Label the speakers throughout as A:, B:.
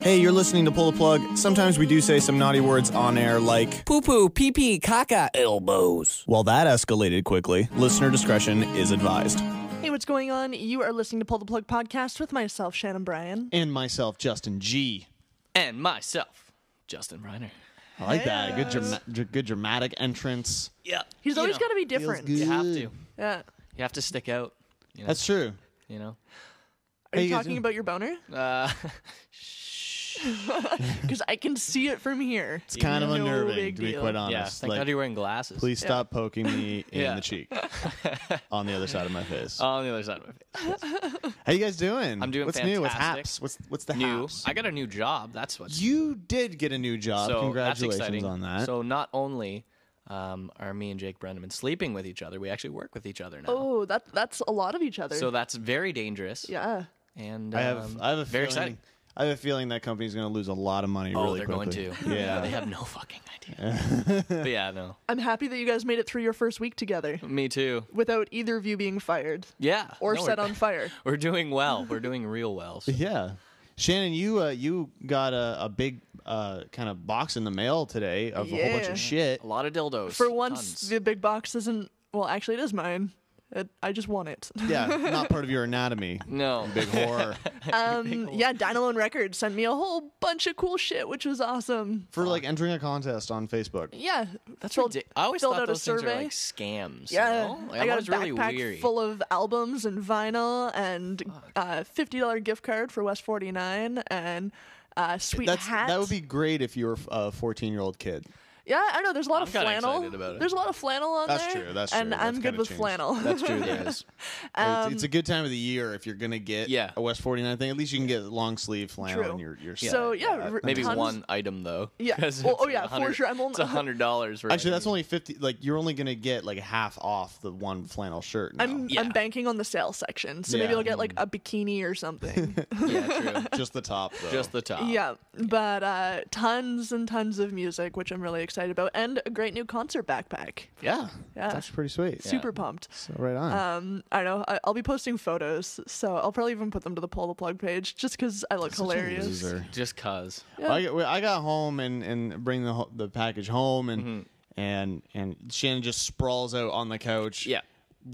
A: Hey, you're listening to Pull the Plug. Sometimes we do say some naughty words on air like,
B: Poo poo, pee pee, caca, elbows.
A: well, that escalated quickly. Listener discretion is advised.
C: Hey, what's going on? You are listening to Pull the Plug podcast with myself, Shannon Bryan.
D: and myself, Justin G.
B: And myself, Justin Reiner.
D: I like that. Good, drama- dr- good dramatic entrance.
B: Yeah.
C: He's always
B: got
C: got to be different.
D: good.
B: You have to. You
C: Yeah.
B: have to stick out.
D: That's true.
B: You know.
C: Are
D: Hey,
C: you
D: you guys
C: talking
D: doing-
C: about your boner?
B: Uh,
C: Because I can see it from here.
D: It's kind of
C: No
D: unnerving,
C: big
D: to be
C: deal.
D: quite
B: yeah.
D: honest.
B: Thank
D: Like,
B: God you're wearing glasses.
D: please stop poking me in
B: Yeah.
D: the cheek on the other side of my face.
B: On the other side of my face.
D: How you guys doing?
B: I'm doing
D: What's new? What's
B: fantastic.
D: haps? What's what's the
B: New.
D: haps?
B: I got a new job. That's what's.
D: you did get a new job.
B: so
D: Congratulations
B: that's exciting.
D: on that.
B: So not only um, are me and Jake Brenneman sleeping with each other, we actually work with each other now.
C: Oh, that that's a lot of each other.
B: So that's very dangerous.
C: yeah.
B: And
D: I have
B: um,
D: I have a
B: very
D: feeling
B: exciting.
D: I have a feeling that company's going to lose a lot of money
B: Oh,
D: really
B: they're
D: quickly.
B: going to.
D: Yeah.
B: They have no fucking idea. but yeah, no.
C: I'm happy that you guys made it through your first week together
B: Me too.
C: without either of you being fired
B: Yeah.
C: or
B: no,
C: set
B: we're-
C: on fire.
B: We're doing well. We're doing real well. So.
D: Yeah. Shannon, you uh, you got a, a big uh, kind of box in the mail today of a whole bunch
C: Yeah.
D: of shit.
B: A lot of dildos.
C: For once,
B: Tons.
C: the big box isn't. Well, actually, it is mine. It, I just want it.
D: Yeah, not part of your anatomy.
B: no.
D: Big horror.
C: Um, yeah, Dynalone Records sent me a whole bunch of cool shit, which was awesome.
D: For like entering a contest on Facebook.
C: Yeah,
B: That's
C: filled-
B: ridiculous. I always
C: filled
B: thought
C: out
B: those
C: a
B: things
C: survey.
B: were like scams.
C: Yeah,
B: You know? Like,
C: I
B: I'm
C: got a
B: always really
C: backpack
B: weary.
C: full of albums and vinyl and uh, fifty dollar gift card for West Forty Nine and uh, sweet
D: That's
C: hat.
D: that would be great if you were a 14 year old kid.
C: yeah, I know. There's a lot of
B: kinda
C: flannel.
B: excited about it.
C: There's a lot of flannel on
D: That's
C: there.
D: true, that's true,
C: and
D: that's
C: I'm good
D: kinda
C: with
D: changed.
C: flannel. Um,
D: That's true. There is. it's, it's a good time of the year if you're gonna get
B: Yeah.
D: a West 49 thing. At least you can get long sleeve flannel
C: True.
D: and your your.
C: So
D: set.
C: yeah, r-
B: uh, Maybe
C: tons-
B: one item though.
C: Yeah.
B: 'Cause
C: Well,
B: it's
C: oh, yeah, for
B: 100
C: sure. I'm only-
B: It's a hundred dollars.
D: Actually, that's only 50. Like you're only gonna get like half off the one flannel shirt. now.
C: I'm
B: Yeah.
C: I'm banking on the sale section, so maybe
D: Yeah.
C: I'll get like a bikini or something.
B: yeah, true.
D: just the top. Though.
B: Just the top.
C: yeah, but uh, tons and tons of music, which I'm really excited about, and a great new concert backpack.
D: yeah.
C: Yeah.
D: That's pretty sweet.
C: Super pumped.
D: So right on.
C: Um, I don't know. I, I'll be posting photos, so I'll probably even put them to the pull the plug page just because I look
D: Such a
C: hilarious.
D: loser.
B: Just cause.
D: I, got- I got home and and bring the ho- the package home and and and Shannon just sprawls out on the couch.
B: Mm-hmm. Yeah.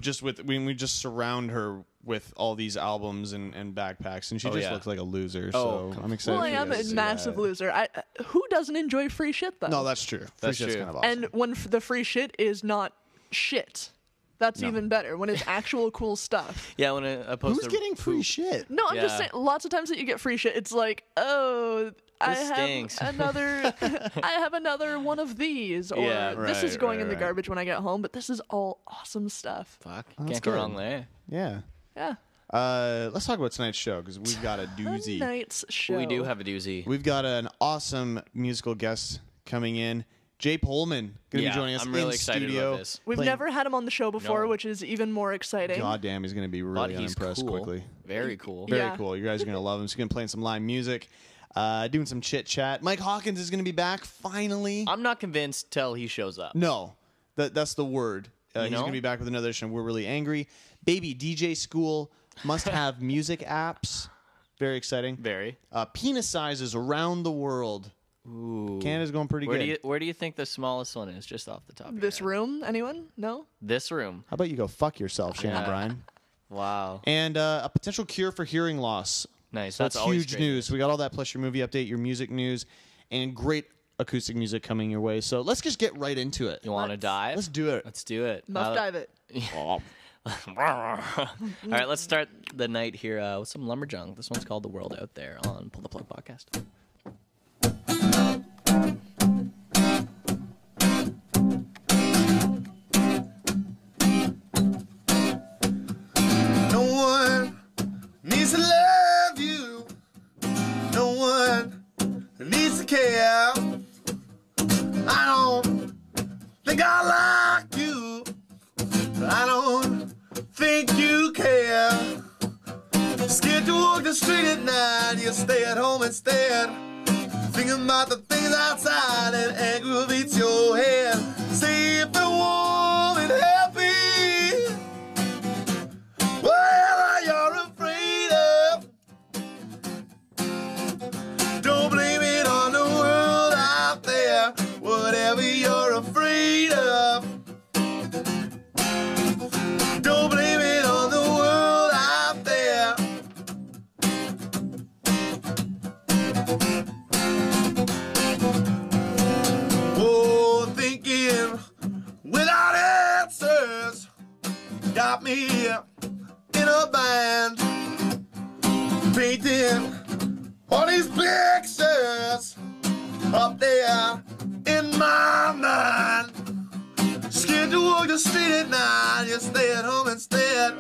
D: Just with when we just surround her with all these albums and, and backpacks and she just
B: Oh, yeah.
D: looks like a loser.
B: Oh,
D: so
B: come
D: I'm excited.
C: Well,
D: for
C: I
D: you
C: am
D: guys
C: a
D: to see
C: massive
D: that.
C: loser. I who doesn't enjoy free shit though?
D: No, that's true. Free
B: That's
D: shit's
B: true.
D: kind of awesome.
C: and when f- the free shit is not shit, that's even better. When it's actual cool stuff.
B: Yeah, when I, I post
D: Who's
B: a
D: getting free shit?
C: No, I'm just
B: Yeah.
C: saying. Lots of times that you get free shit, it's like, oh, I
B: This
C: have
B: stinks.
C: another, I have another one of these, or
B: Yeah,
C: this is
D: right,
C: going
D: right,
C: in the
D: right.
C: garbage when I get home. But this is all awesome stuff.
B: fuck.
D: that's
B: Can't go
D: good.
B: wrong there.
D: Yeah.
C: Yeah.
D: Uh, let's talk about tonight's show because we've got a doozy.
C: Tonight's show.
B: We do have a doozy.
D: We've got an awesome musical guest coming in. Jay Pullman going to
B: yeah,
D: be joining us
B: I'm really
D: in
B: excited
D: studio.
B: about this.
C: We've
D: playing-
C: never had him on the show before,
B: No.
C: which is even more exciting.
D: God damn, he's going to be really
B: But he's
D: unimpressed
B: cool.
D: quickly.
B: Very cool.
D: Very
C: Yeah.
D: cool. You guys are going to love him. He's going to play some live music, uh, doing some chit chat. Mike Hawkins is going to be back finally.
B: I'm not convinced till he shows up.
D: no, that, that's the word. Uh, he's
B: know?
D: going to be back with another edition. of We're really angry. Baby DJ School must have music apps. Very exciting.
B: Very.
D: Uh, penis sizes around the world.
B: Ooh.
D: Canada's going pretty
B: Where
D: good.
B: do you where do you think the smallest one is? Just off the top. Of your
C: This
B: head?
C: room, anyone? No.
B: This room.
D: How about you go fuck yourself, Shannon
B: Yeah.
D: Bryan?
B: Wow.
D: And uh, a potential cure for hearing loss.
B: Nice.
D: So
B: That's
D: it's
B: always
D: huge
B: great
D: news. We got all that plus your movie update, your music news, and great acoustic music coming your way. So let's just get right into it.
B: You want to
C: Let's-
B: dive?
D: Let's do it.
B: Let's do it.
C: Muff
B: Uh,
C: dive it.
B: All right, let's start the night here uh, with some lumberjunk. This one's called "The World Out There" on Pull the Plug Podcast.
E: No one needs to love you. No one needs to care. I don't think I like you. I don't think you care. Scared to walk the street at night, you stay at home instead. Thinking about the things outside and aggravates your head. See if they're warm and happy. Whatever you're afraid of, don't whatever you're afraid of. Don't blame it on the world out there. Oh, thinking without answers got me in a bind. Painting all these pictures up there in my mind. Scared to walk the street at night, you stay at home instead.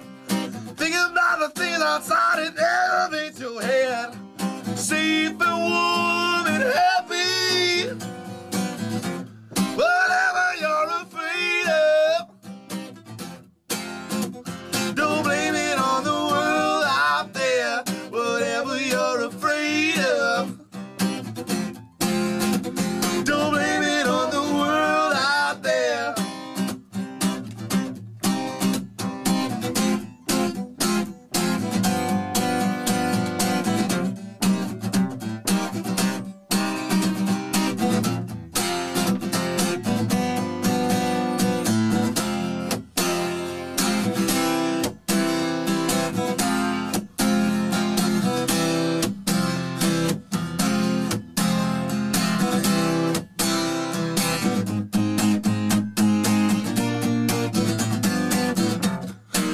E: Thinking about the things outside, it elevates your head. Safe and warm and happy. Whatever you're afraid of, don't blame it on the world out there. Whatever you're afraid of, don't blame it on the world out there.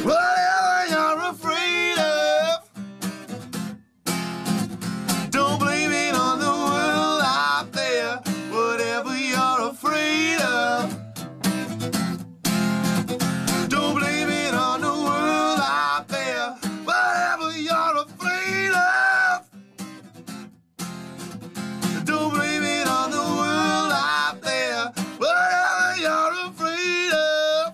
E: Whatever you're afraid of, don't blame it on the world out there. Whatever you're afraid of, don't blame it on the world out there. Whatever you're afraid of, don't blame it on the world out there. Whatever you're afraid of.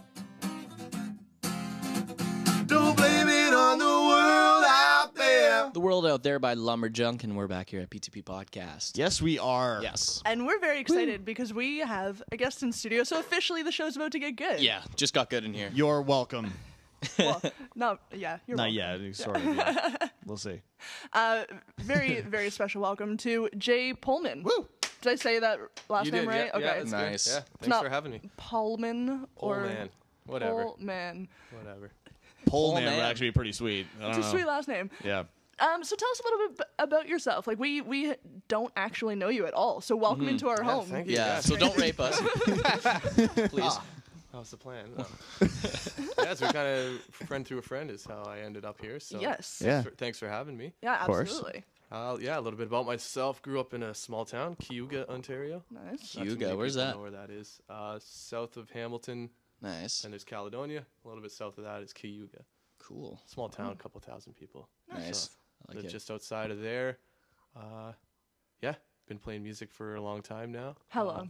E: Don't blame it on the world out there.
B: The World Out There by Lumberjunk, and we're back here at PTP Podcast.
D: Yes, we are.
B: Yes.
C: And we're very excited because we have a guest in studio, so officially the show's about to get good.
B: Yeah, just got good in here.
D: You're welcome.
C: Well, not yeah, you're
D: Not
C: welcome.
D: yet. Sort of. yeah. We'll see.
C: Uh, very very special welcome to Jay Pullman. Woo! Did I say that last
F: You
C: name
F: did, yeah,
C: right?
F: yeah,
C: okay.
F: that's good.
B: Nice.
F: Yeah, thanks
C: Not-
F: for having me.
C: Pullman
F: Oh
C: or
F: man, whatever,
C: Pullman.
F: whatever.
D: Pole
B: Pole
D: man would
B: man.
D: actually be pretty sweet. I don't
C: It's a
D: know.
C: sweet last name.
D: Yeah.
C: Um, so tell us a little bit ab- about yourself. Like we we don't actually know you at all. So welcome into our home.
F: thank you.
B: Hmm. Yeah,
F: Mm-hmm.
B: so
F: Yeah,
B: don't rape us. Please.
F: That was the plan. Um, yeah, so we kind of friend through a friend is how I ended up here. So
C: Yes.
D: Yeah.
F: for- thanks for having me.
C: Yeah,
D: course.
C: absolutely.
F: Uh, yeah, a little bit about myself. Grew up in a small town, Cayuga, Ontario.
C: Nice.
F: Not too
B: Cayuga,
F: many
B: where's
F: people
B: that?
F: Know where that is? Uh, south of Hamilton,
B: Nice.
F: and there's Caledonia. A little bit south of that is Cayuga,
B: Cool.
F: small town, couple thousand people.
B: Nice. I
F: Live
B: like it.
F: just outside of there. Uh, yeah, been playing music for a long time now.
C: Hello.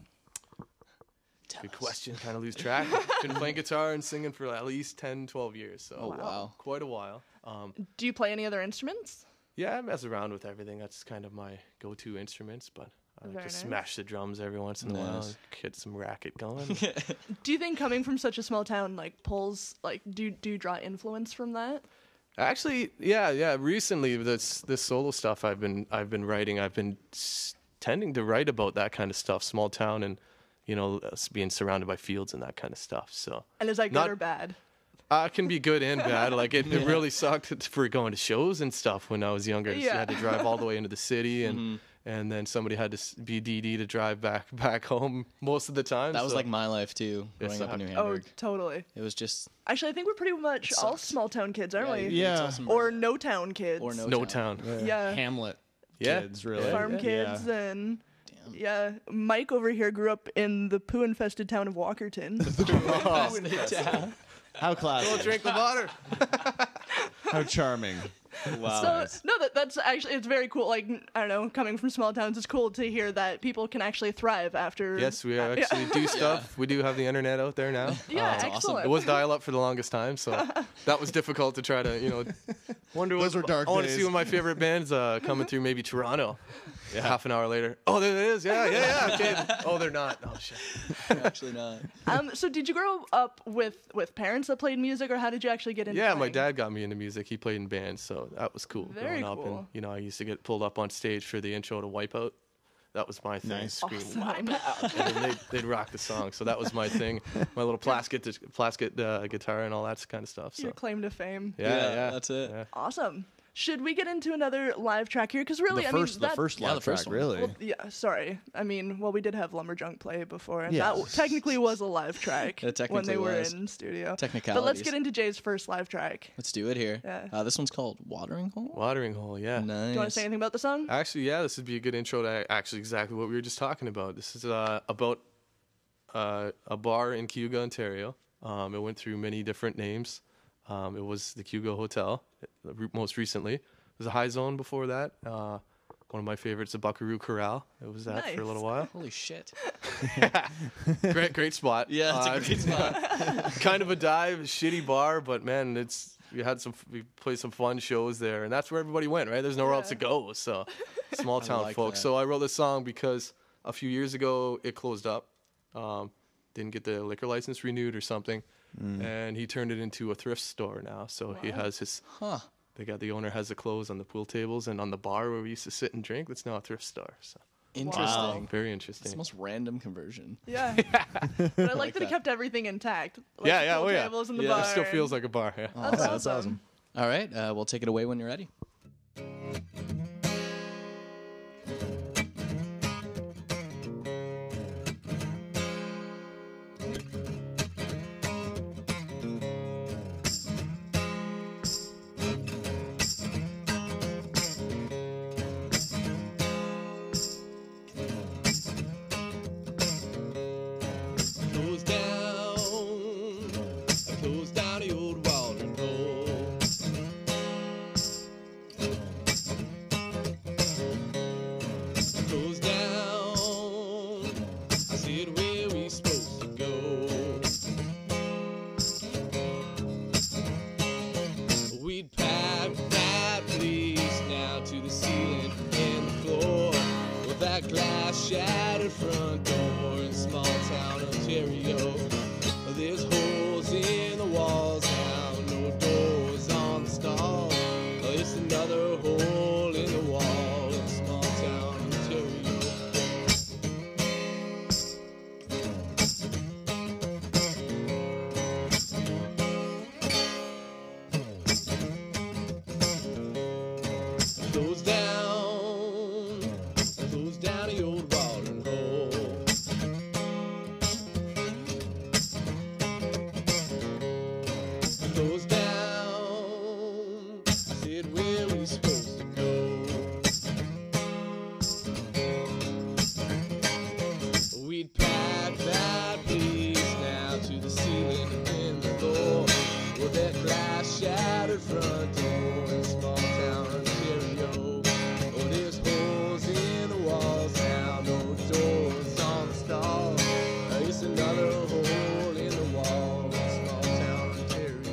F: Good question. Kind of lose track. Been playing guitar and singing for at least 10, 12 years. So
B: Oh, wow.
F: quite a while. Um,
C: Do you play any other instruments?
F: yeah, I mess around with everything. That's kind of my go-to instruments, but I like
C: Very
F: to
C: nice.
F: smash the drums every once in a while.
B: Nice.
F: Get some racket going.
C: Do you think coming from such a small town like pulls like do do you draw influence from that?
F: Actually, yeah, yeah. Recently, this this solo stuff I've been I've been writing. I've been s- tending to write about that kind of stuff, small town, and you know, us being surrounded by fields and that kind of stuff. So
C: And is that good
F: Not-
C: or bad?
F: Uh, it can be good and bad. Like it, it really sucked for going to shows and stuff when I was younger. So
C: Yeah.
F: I had to drive all the way into the city, and
B: Mm-hmm.
F: and then somebody had to s- be DD to drive back back home most of the time.
B: That was
F: so-
B: like my life too, growing up in New
C: Oh,
B: Hamburg.
C: totally.
B: It was just
C: Actually, I think we're pretty much all
B: sucks.
C: small town kids, aren't we?
D: Yeah.
B: it's awesome.
C: Or no town kids.
B: or no,
F: no
B: town.
F: town.
C: Yeah.
D: Hamlet.
F: Yeah.
D: Kids, really.
C: Farm kids and. Yeah, Mike over here grew up in the poo-infested town of Walkerton.
D: Oh. How classic.
F: Drink the water.
D: How charming.
C: so no, that, that's actually it's very cool. Like I don't know, coming from small towns, it's cool to hear that people can actually thrive after.
F: Yes, we actually do stuff. We do have the internet out there now.
C: Mm, uh, Yeah,
B: Oh, that's awesome.
C: excellent.
F: It was dial up for the longest time, so that was difficult to try to, you know, wonder
D: Those
F: what,
D: were dark
F: I want to
D: days.
F: see one of my favorite bands
C: Mm-hmm.
F: uh, coming through, maybe Toronto. Half an hour later. Oh, there it is. Yeah, yeah, yeah. Okay. Oh, they're not. Oh, shit.
B: Actually not.
C: Um, so did you grow up with with parents that played music, or how did you actually get into?
F: Yeah, my
C: playing?
F: dad got me into music. He played in bands, so that was cool
C: Very
F: growing up.
C: cool.
F: And you know, I used to get pulled up on stage for the intro to Wipeout, That was my thing.
D: Nice.
F: Scream,
C: Awesome.
F: "Wipe out," and then they'd, they'd rock the song. So that was my thing. My little plastic plastic uh, guitar and all that kind of stuff. So
C: Your claim to fame.
F: yeah, yeah,
B: that's it.
F: Yeah.
C: Awesome. Should we get into another live track here? Because really,
D: the
C: I
D: first,
C: mean,
D: the
C: that-
D: first
B: yeah,
D: live
B: the first
D: track,
B: one.
D: really.
C: Well, yeah, sorry. I mean, well, we did have Lumberjunk play before, and that
D: Yes.
C: that technically was a live track
B: It
C: when
B: technically
C: they were
B: was.
C: in studio. But let's
B: Technicalities.
C: get into Jay's first live track.
B: Let's do it here.
C: Yeah.
B: Uh, this one's called Watering Hole.
F: Watering hole. Yeah.
B: Nice.
C: Do you want to say anything about the
D: Uh,
C: song?
F: Oh. Actually, yeah, this would be a good intro to actually exactly what we were just talking about. This is uh, about uh, a bar in Cuba, Ontario. Um, it went through many different names. Um, it was the Cuba Hotel, uh, re- most recently. It was a high zone before that. Uh, one of my favorites, the Buckaroo Corral. It was that for a little while.
B: Holy shit.
F: great, great spot.
B: Yeah, it's a
F: Uh,
B: great spot.
F: kind of a dive, shitty bar, but man, it's we had some we played some fun shows there, and that's where everybody went, right? There's nowhere else to go, so small town
B: like
F: folks.
B: that.
F: So I wrote this song because a few years ago it closed up, um, didn't get the liquor license renewed or something,
B: Mm.
F: and he turned it into a thrift store now. So he has his.
B: Huh.
F: They got the owner has the clothes on the pool tables and on the bar where we used to sit and drink. That's now a thrift store. So
B: Interesting.
F: very
B: It's the
F: interesting.
B: most random conversion.
C: Yeah. but I like that he kept everything intact. Like
F: Yeah,
C: the
F: yeah,
C: pool
F: oh yeah.
C: tables and the
F: yeah,
C: bar
F: it still
C: and-
F: feels like a bar. Yeah.
B: Oh,
C: That's awesome.
B: All right, uh, we'll take it away when you're ready.
G: Close down, close down the old watering hole. Close down, I said where we supposed to go. We'd pack that place now to the ceiling and the floor. With that glass shattered front door in small town Ontario. There's holes in the walls now, no doors on the stall. It's another hole in the wall in small town Ontario. Close down, close down the old watering hole. Close down, I said where we supposed to go. We'd pack that place now to the ceiling and the floor. Well, that glass shattered front door in small town Ontario. Oh, there's holes in the walls now, no doors on the stall. Uh, It's another hole in the wall in small town Ontario.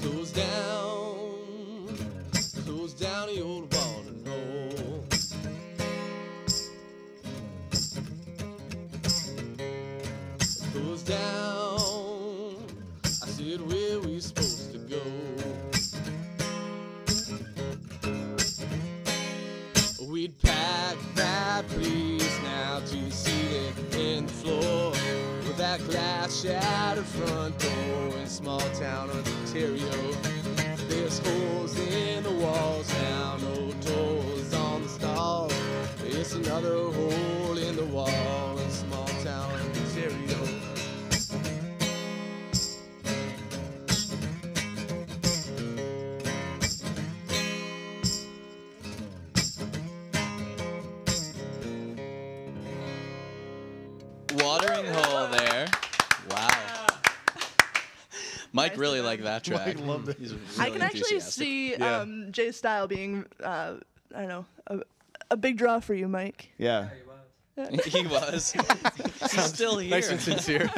G: Close down, close down the old watering hole. Close down, I said where we supposed to go. We'd pack that place now to the ceiling and the floor. With that glass shattered front door in small town Ontario. There's holes in the walls now, no doors on the stall. It's another hole in the wall in small town Ontario.
B: Watering hole there. Wow. Mike really liked that track.
D: loved it.
B: He's
C: I
B: really
C: can actually
B: enthusiastic.
C: see
F: Yeah.
C: um, Jay's style being, uh, I don't know, a, a big draw for you, Mike.
D: Yeah.
B: he was. He's still here.
F: Nice and sincere.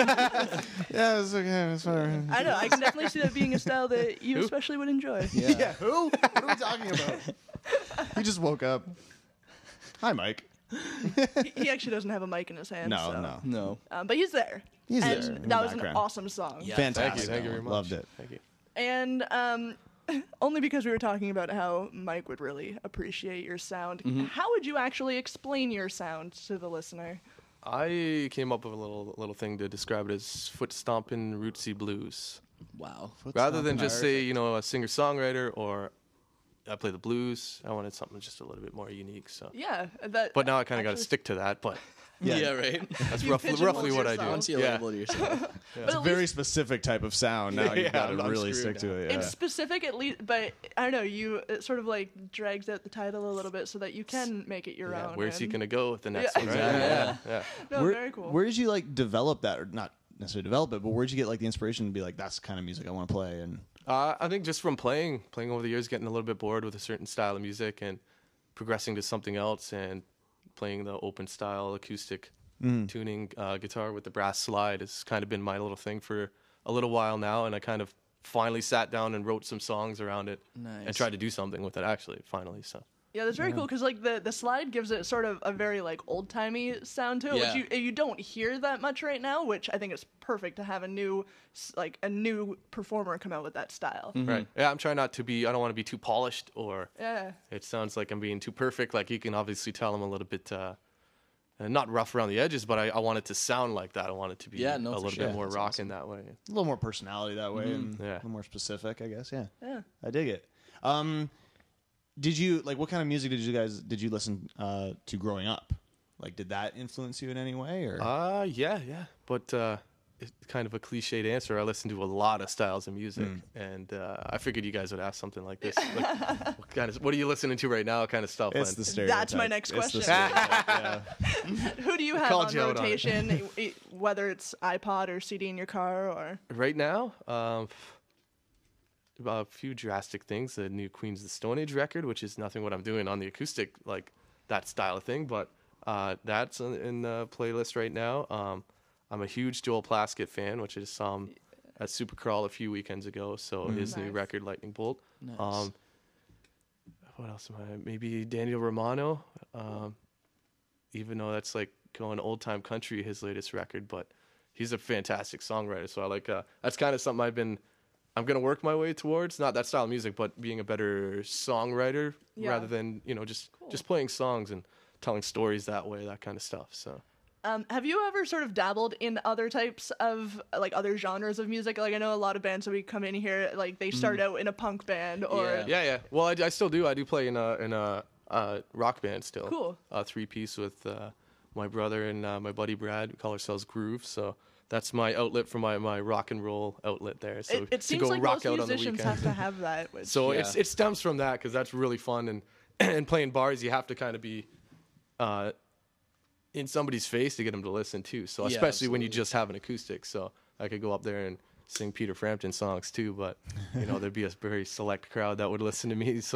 D: Yeah, it's okay. It's whatever.
C: I know. I can definitely see that being a style that you especially would enjoy.
D: Yeah. who? What are we talking about? he just woke up. Hi, Mike.
C: He, he actually doesn't have a mic in his hand.
D: No,
C: so.
D: no.
B: no.
C: Um, but he's there.
D: He's
C: and
D: there in the
C: That was an
D: background.
C: awesome song.
B: Yeah.
D: Fantastic.
F: Thank you very much.
D: Loved it.
F: Thank you.
C: And um, only because we were talking about how Mike would really appreciate your sound.
D: Mm-hmm.
C: How would you actually explain your sound to the listener?
F: I came up with a little little thing to describe it as foot stomping rootsy blues.
B: Wow.
F: Rather than just say, you know, a singer songwriter or I play the blues, I wanted something just a little bit more unique. So,
C: Yeah. That,
F: but now I kind of got to
C: actually-
F: stick to that. But
B: Yeah, right.
F: that's
C: You
F: roughly
C: pigeonholed
F: roughly what I
C: yourself.
F: do.
B: Once you
F: Yeah.
B: label yourself.
C: but at
D: Very
C: least
D: specific type of sound. Now
F: Yeah,
D: you got
F: I'm-
D: to
F: I'm
D: really
F: screwed
D: stick to it. Yeah.
C: It's specific at least, but I don't know. You it sort of like drags out the title a little bit so that you can make it your
F: Yeah,
C: own.
F: Where's he
C: and-
F: gonna go with the next one? Right?
B: Exactly.
F: Yeah, yeah,
C: No,
D: where,
C: very cool.
D: Where did you like develop that, or not necessarily develop it, but where'd you get like the inspiration to be like, that's the kind of music I want to play? And
F: yeah. Uh, I think just from playing, playing over the years, getting a little bit bored with a certain style of music and progressing to something else, and playing the open style acoustic tuning uh, guitar with the brass slide has kind of been my little thing for a little while now, and I kind of finally sat down and wrote some songs around it and
B: Nice.
F: tried to do something with it actually finally so
C: Yeah, that's very cool 'cause cool because like the, the slide gives it sort of a very like old timey sound to it,
B: Yeah.
C: which you you don't hear that much right now, which I think it's perfect to have a new s- like a new performer come out with that style.
B: Mm-hmm.
F: right yeah i'm trying not to be i don't want to be too polished or
C: Yeah,
F: It sounds like I'm being too perfect. Like you can obviously tell I'm a little bit, uh, uh, not rough around the edges, but I, I want it to sound like that. I want it to be
B: Yeah, no,
F: a
B: for
F: little
B: sure.
F: bit more
B: That's Mm-hmm.
F: rock in that way.
D: a little more personality that way and
F: Mm-hmm. Yeah.
D: a little more specific, I guess. Yeah.
C: Yeah.
D: I dig it. Um, did you like what kind of music did you guys did you listen uh, to growing up? Like, did that influence you in any way? Or
F: Uh, yeah, yeah. But uh, it's kind of a cliched answer. I listen to a lot of styles of music,
D: Mm.
F: and uh, I figured you guys would ask something like this. Like, what kind of, what are you listening to right now? Kind of stuff.
D: it's
F: and-
D: the stereotype.
C: That's my next
D: It's the
C: question.
D: stereotype,
C: who do you have
F: Called
C: on
F: you out on it.
C: rotation, i- i- whether it's iPod or CD in your car or
F: right now, um, a few drastic things. The new Queen's The Stone Age record, which is nothing what I'm doing on the acoustic, like that style of thing, but uh, that's in- in the playlist right now. Um, I'm a huge Joel Plaskett fan, which is um, at Supercrawl a few weekends ago. So his new
C: Nice.
F: record, Lightning Bolt. Um, what else am I? Maybe Daniel Romano. Um, even though that's like going old time country, his latest record, but he's a fantastic songwriter. So I like uh, that's kind of something I've been. I'm gonna work my way towards not that style of music, but being a better songwriter
C: Yeah.
F: rather than you know just just playing songs and telling stories that way, that kind of stuff. So
C: um, have you ever sort of dabbled in other types of like other genres of music? Like I know a lot of bands that we come in here like they start out in a punk band or
B: Mm. Yeah.
F: yeah, yeah. Well, I, I still do. I do play in a in a uh, rock band still.
C: Cool.
F: A three piece with uh, my brother and uh, my buddy Brad. We call ourselves Groove. So that's my outlet for my, my rock and roll outlet there. So
C: it, it
F: to
C: seems
F: go
C: like
F: rock
C: most
F: out on the
C: musicians
F: weekends.
C: have to have that. Which,
F: So
B: Yeah.
F: it's, it stems from that because that's really fun and and playing bars you have to kind of be uh, in somebody's face to get them to listen too. So
B: Yeah,
F: especially when you
B: absolutely.
F: just have an acoustic. So I could go up there and sing Peter Frampton songs too, but you know there'd be a very select crowd that would listen to me.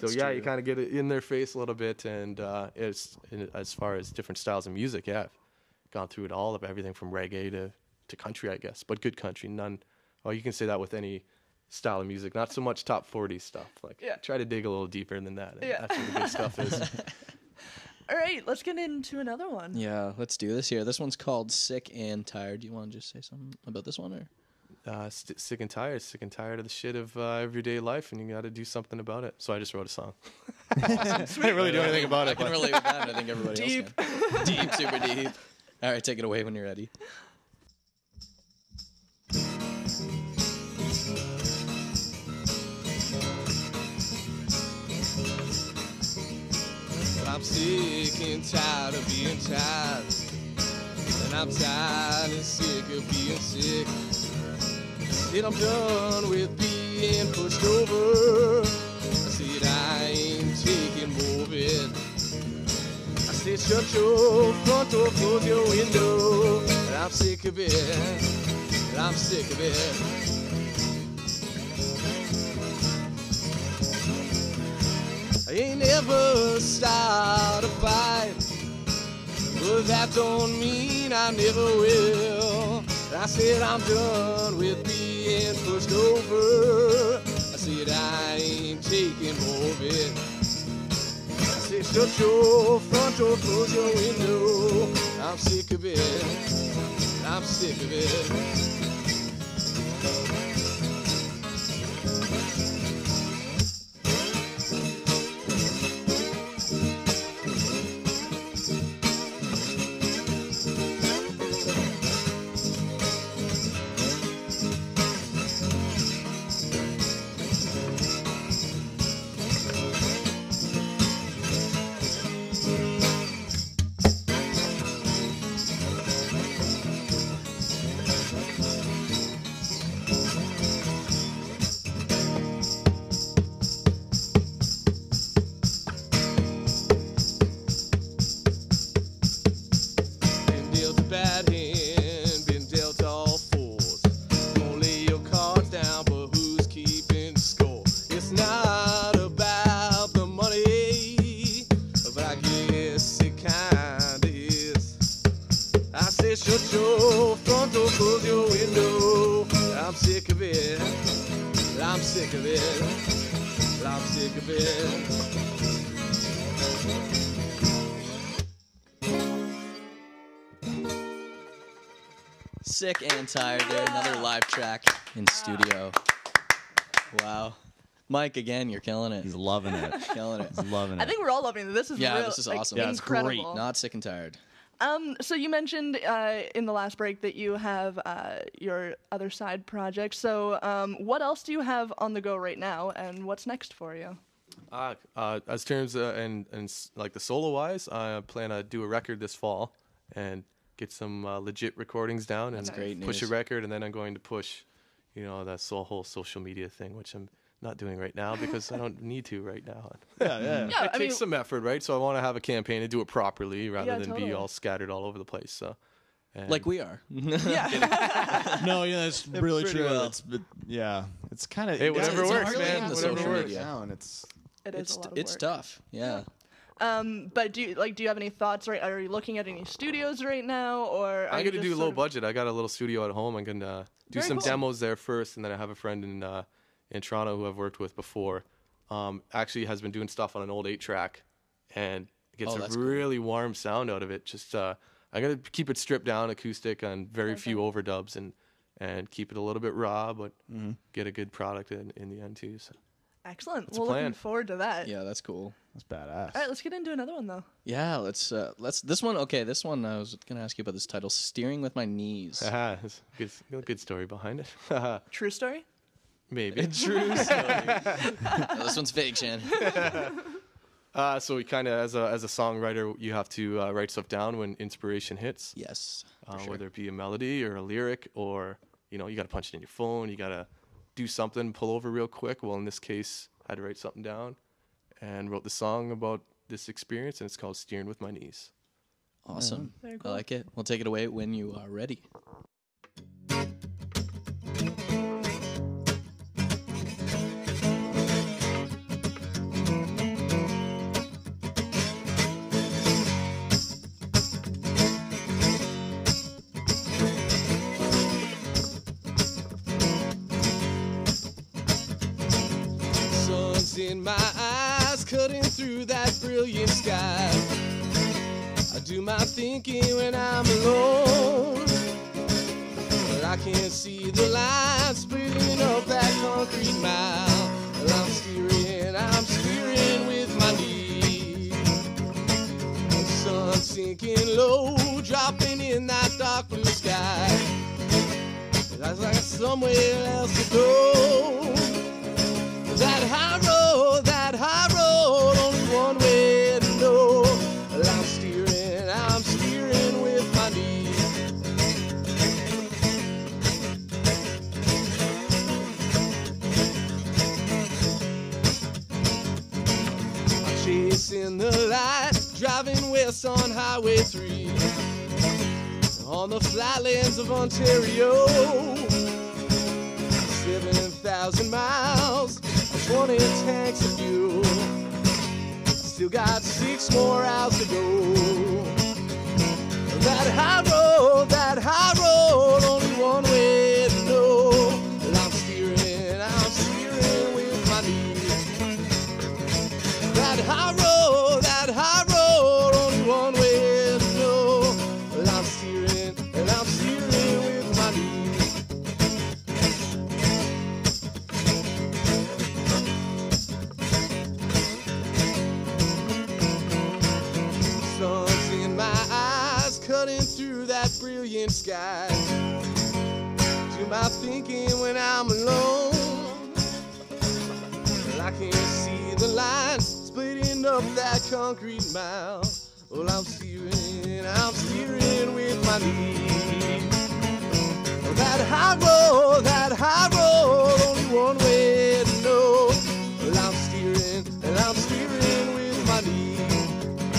F: So so yeah, you kind of get it in their face a little bit and uh, it's and as far as different styles of music, yeah. I've gone through it all of everything from reggae to, to country, I guess, but good country. None. Oh, you can say that with any style of music. Not so much top forty stuff. Like,
C: Yeah.
F: try to dig a little deeper than that. And
C: Yeah.
F: That's where the good stuff is.
C: all right, let's get into another one.
B: Yeah, let's do this here. This one's called Sick and Tired. Do you want to just say something about this one? Or?
F: Uh, st- sick and tired, sick and tired of the shit of uh, everyday life, and you got to do something about it. So I just wrote a song. I didn't really do anything about
B: I
F: it.
B: can
F: but-
B: relate with that. I think everybody
C: Deep.
B: else can. Deep, super deep. All right, take it away when you're ready.
G: I'm sick and tired of being tired. And I'm tired and sick of being sick. And I'm done with being pushed over. I said I ain't taking more of it. I said shut your front door, close your window. And I'm sick of it. And I'm sick of it. I ain't ever started a fight. But that don't mean I never will. I said I'm done with being pushed over. I said I ain't taking more of it. I said shut your front door, close your window. I'm sick of it. I'm sick of it. Been dealt a bad hand, been dealt all fours. Don't lay your cards down, but who's keeping score? It's not about the money, but I guess it kinda is. I said, shut your front door, close your window. I'm sick of it. I'm sick of it. I'm sick of it.
B: Sick and tired. There, another live track in studio. Wow, Mike, again, you're killing it.
D: He's loving it.
B: killing it.
D: He's loving it.
C: I think we're all loving this. This is
B: Yeah,
C: real-
B: this is
C: like,
B: awesome. Yeah, it's
D: great.
C: incredible.
B: Not sick and tired.
C: Um, so you mentioned uh, in the last break that you have uh, your other side project. So um, what else do you have on the go right now, and what's next for you?
F: Uh, uh, as terms uh, and and s- like the solo wise, I plan to do a record this fall and get some uh, legit recordings down and
B: great
F: push
B: news.
F: a record, and then I'm going to push, you know, that so- whole social media thing, which I'm not doing right now because I don't need to right now.
D: yeah, yeah.
C: Yeah,
F: it takes some effort, right? So I want to have a campaign and do it properly rather
C: Yeah,
F: than
C: totally.
F: be all scattered all over the place. So, and
B: Like we are.
D: No, yeah, that's really
B: pretty
D: true.
B: well.
D: It's, but yeah, it's kind of
F: Hey, whatever
D: it's
F: works,
D: hard to
F: man,
D: have
B: whatever
D: social
B: works.
D: media down. It's
C: it is
B: It's
C: a lot of
B: it's
C: work.
B: tough. Yeah.
C: Um, but do you, like do you have any thoughts? Right, are you looking at any studios right now, or are
F: I'm
C: you
F: gonna
C: just
F: do
C: sort
F: low
C: of-
F: budget. I got a little studio at home. I'm gonna uh, do
C: Very
F: some
C: cool.
F: demos there first, and then I have a friend in uh, in Toronto who I've worked with before. Um, actually, has been doing stuff on an old eight track, and gets
B: Oh,
F: a
B: that's cool.
F: really warm sound out of it. Just uh, I'm gonna keep it stripped down, acoustic, and very few overdubs, and and keep it a little bit raw, but
B: Mm-hmm.
F: get a good product in, in the end too. So.
C: Excellent.
F: a
C: Well, looking
F: plan.
C: forward to that. Uh,
B: Yeah, that's cool.
D: that's badass.
C: All right, let's get into another one though.
B: Yeah, let's uh let's this one okay, this one I was gonna ask you about this title, Steering with My Knees.
F: Ah, it's good, good story behind it.
C: True story.
F: Maybe.
B: True story. No, Oh, this one's fake, Shan.
F: Uh, so we kind of, as a as a songwriter, you have to uh, write stuff down when inspiration hits,
B: Yes. for
F: uh,
B: sure.
F: whether it be a melody or a lyric, or you know, you got to punch it in your phone. You got to do something, pull over real quick. Well, in this case, I had to write something down, and wrote the song about this experience, and it's called "Steering with My Knees."
B: Awesome.
C: Very
B: I
C: cool.
B: like it. We'll take it away when you are ready.
G: Sun's in my eyes, cutting through that brilliant sky. I do my thinking when I'm alone. But I can't see the line splitting up that concrete mile. Well, I'm steering, I'm steering with my knees. The sun sinking low, dropping in that dark blue sky. That's like somewhere else to go. That high road, that high road, only one way to know. Well, I'm steering, I'm steering with my knees. I'm chasing the light, driving west on Highway 3. On the flatlands of Ontario. 7,000 miles, 20 tanks of fuel. Still got six more hours to go. That high road, that high road, only one way to know. Well, I'm steering, I'm steering with my knees. That high road, that high road, only one way to know. Well, I'm steering, and I'm steering with my knees. sun's in my eyes, cutting through that brilliant sky. Do my thinking when I'm alone. Well, I can see the lines splitting up that concrete mile. Well, I'm steering, I'm steering with my knees. That high road, that high road, only one way to know. Well, I'm steering, and I'm steering with my knees.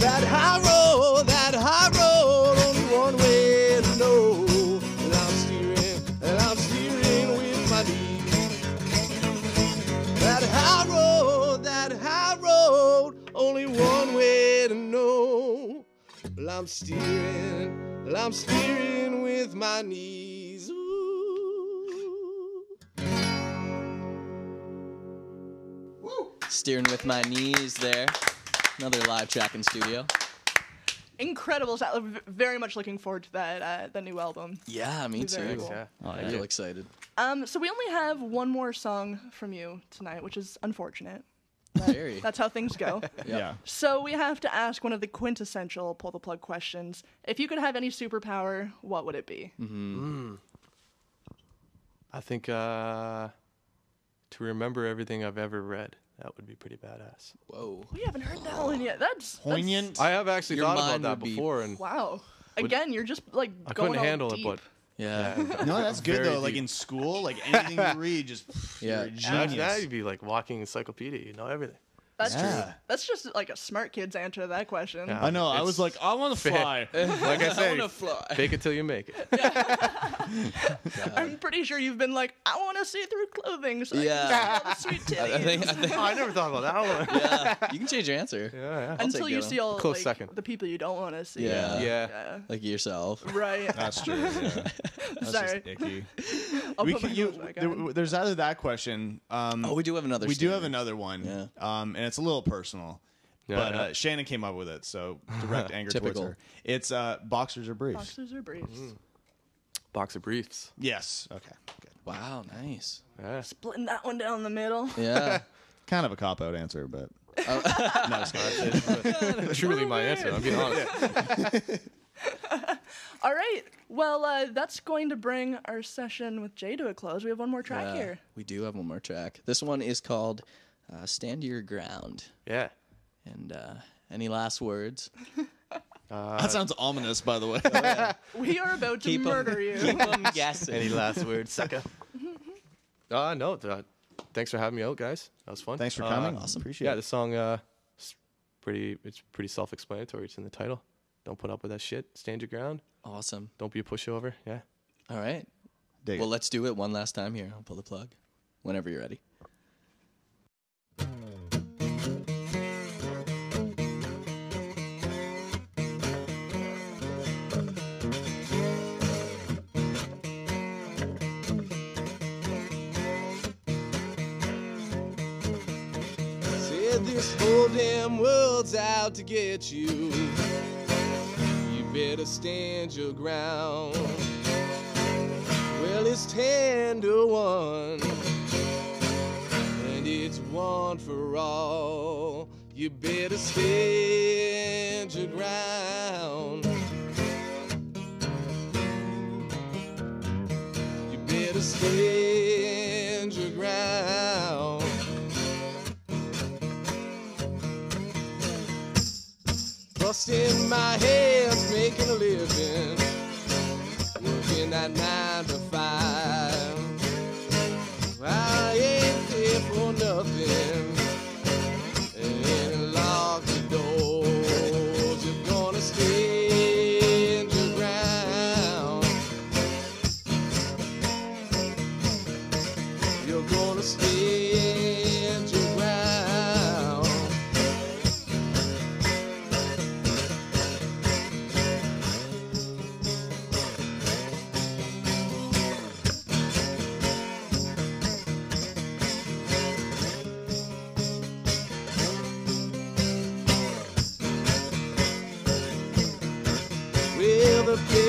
G: That high road, that high road, only one way to know. And I'm steering, and I'm steering with my knees. That high road, that high road, only one way to know. Well, I'm steering, well, I'm steering with my knees. Ooh.
B: Steering with my knees there. Another live track in studio.
C: Incredible. So- v- Very much looking forward to that uh, the new album.
B: Yeah, me too.
C: Very cool.
F: Yeah.
B: I'm real excited.
C: Um, so we only have one more song from you tonight, which is unfortunate.
B: Very.
C: That's how things go.
D: Yeah.
C: so we have to ask one of the quintessential pull the plug questions. If you could have any superpower, what would it be?
F: Mm. I think uh, to remember everything I've ever read, that would be pretty badass.
B: Whoa.
C: We haven't heard that one yet. That's that's-
D: Poignant.
F: I have actually
B: Your
F: thought
B: mind
F: about that
B: would be-
F: before, and
C: Wow. Again, you're just like
F: I
C: going
F: couldn't handle
C: all deep.
F: it. But
B: Yeah.
D: no, that's good
F: Very
D: though. Like
F: deep.
D: in school, like anything you read, just
B: Yeah.
D: you're a
F: imagine that
D: genius.
F: you'd be like walking encyclopedia. You know everything.
C: That's
B: Yeah.
C: just that's just like a smart kid's answer to that question.
F: Yeah.
D: I know. I
F: It's-
D: was like, I want to fly.
F: like I
B: I
F: say,
B: want to fly.
F: fake it till you make it.
C: I'm pretty sure you've been like, I want to see through clothing. So
B: Yeah.
C: I can see all the
B: I
C: sweet titties.
B: think, I think
F: oh, I never thought about that one.
B: yeah, you can change your answer.
F: Yeah, yeah.
B: I'll
C: Until
B: take
C: you
B: that
C: see all
F: Close
C: like,
F: second.
C: the people you don't want to see.
B: Yeah.
F: Yeah.
B: Like yourself.
C: Right.
D: That's true. Yeah. That's
C: Sorry.
D: just icky.
C: I'll
D: we
C: put
D: can
C: my
D: you
C: clothes back on.
D: there, there's either that question um
B: Oh, we do have another.
D: we do have
B: standard.
D: another one
B: Yeah.
D: um and it's a little personal
F: Yeah,
D: but
F: yeah.
D: Uh, shannon came up with it so direct anger towards
B: Typical.
D: her it's uh boxers or briefs
C: Boxers or briefs?
B: Mm-hmm.
F: Box of briefs.
D: yes okay good
B: Wow, nice.
F: Yeah.
C: Splitting that one down the middle.
B: Yeah, Oh.
D: kind of a cop out answer but
F: Truly my answer. I'm being honest.
C: All right. Well, uh, that's going to bring our session with Jay to a close. We have one more track
B: Yeah,
C: here.
B: we do have one more track. This one is called uh, "Stand Your Ground."
F: Yeah.
B: And uh, any last words?
D: that sounds ominous by the way
C: We are about to
B: Keep 'em-
C: murder you.
B: I'm guessing.
F: Any last words, sucker? Uh, no. th- thanks for having me out, guys. That was fun.
D: thanks for
F: Uh,
D: coming awesome appreciate
F: yeah,
D: it
F: the song uh, it's pretty. It's pretty self-explanatory. It's in the title. Don't put up with that shit. Stand your ground.
B: awesome.
F: Don't be a pushover. Yeah.
B: All right.
D: Dig
B: Well,
D: it.
B: let's do it one last time here. I'll pull the plug whenever you're ready.
G: Said this whole damn world's out to get you. You better stand your ground. Well, it's ten to one, and it's one for all. You better stand your ground. You better stand your ground. Busting my hands, making a living. Working that nine to five. I ain't there for nothing. And lock the doors. You're gonna stand your ground. You're gonna stand your ground.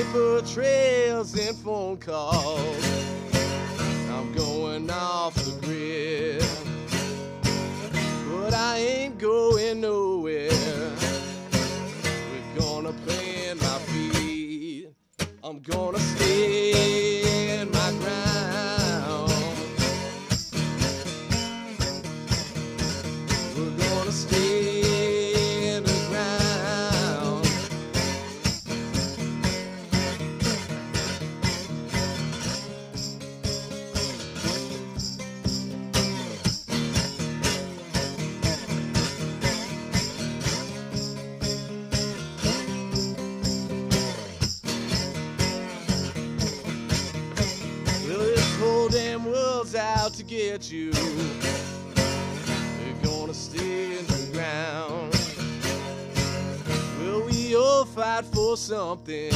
G: emails and phone calls. I'm going off the grid, but I ain't going nowhere. We're gonna plant my feet. I'm gonna stand my ground. We're gonna stand the ground. Well, this whole damn world's out to get you. They're gonna stand the ground. Well, we all fight for something.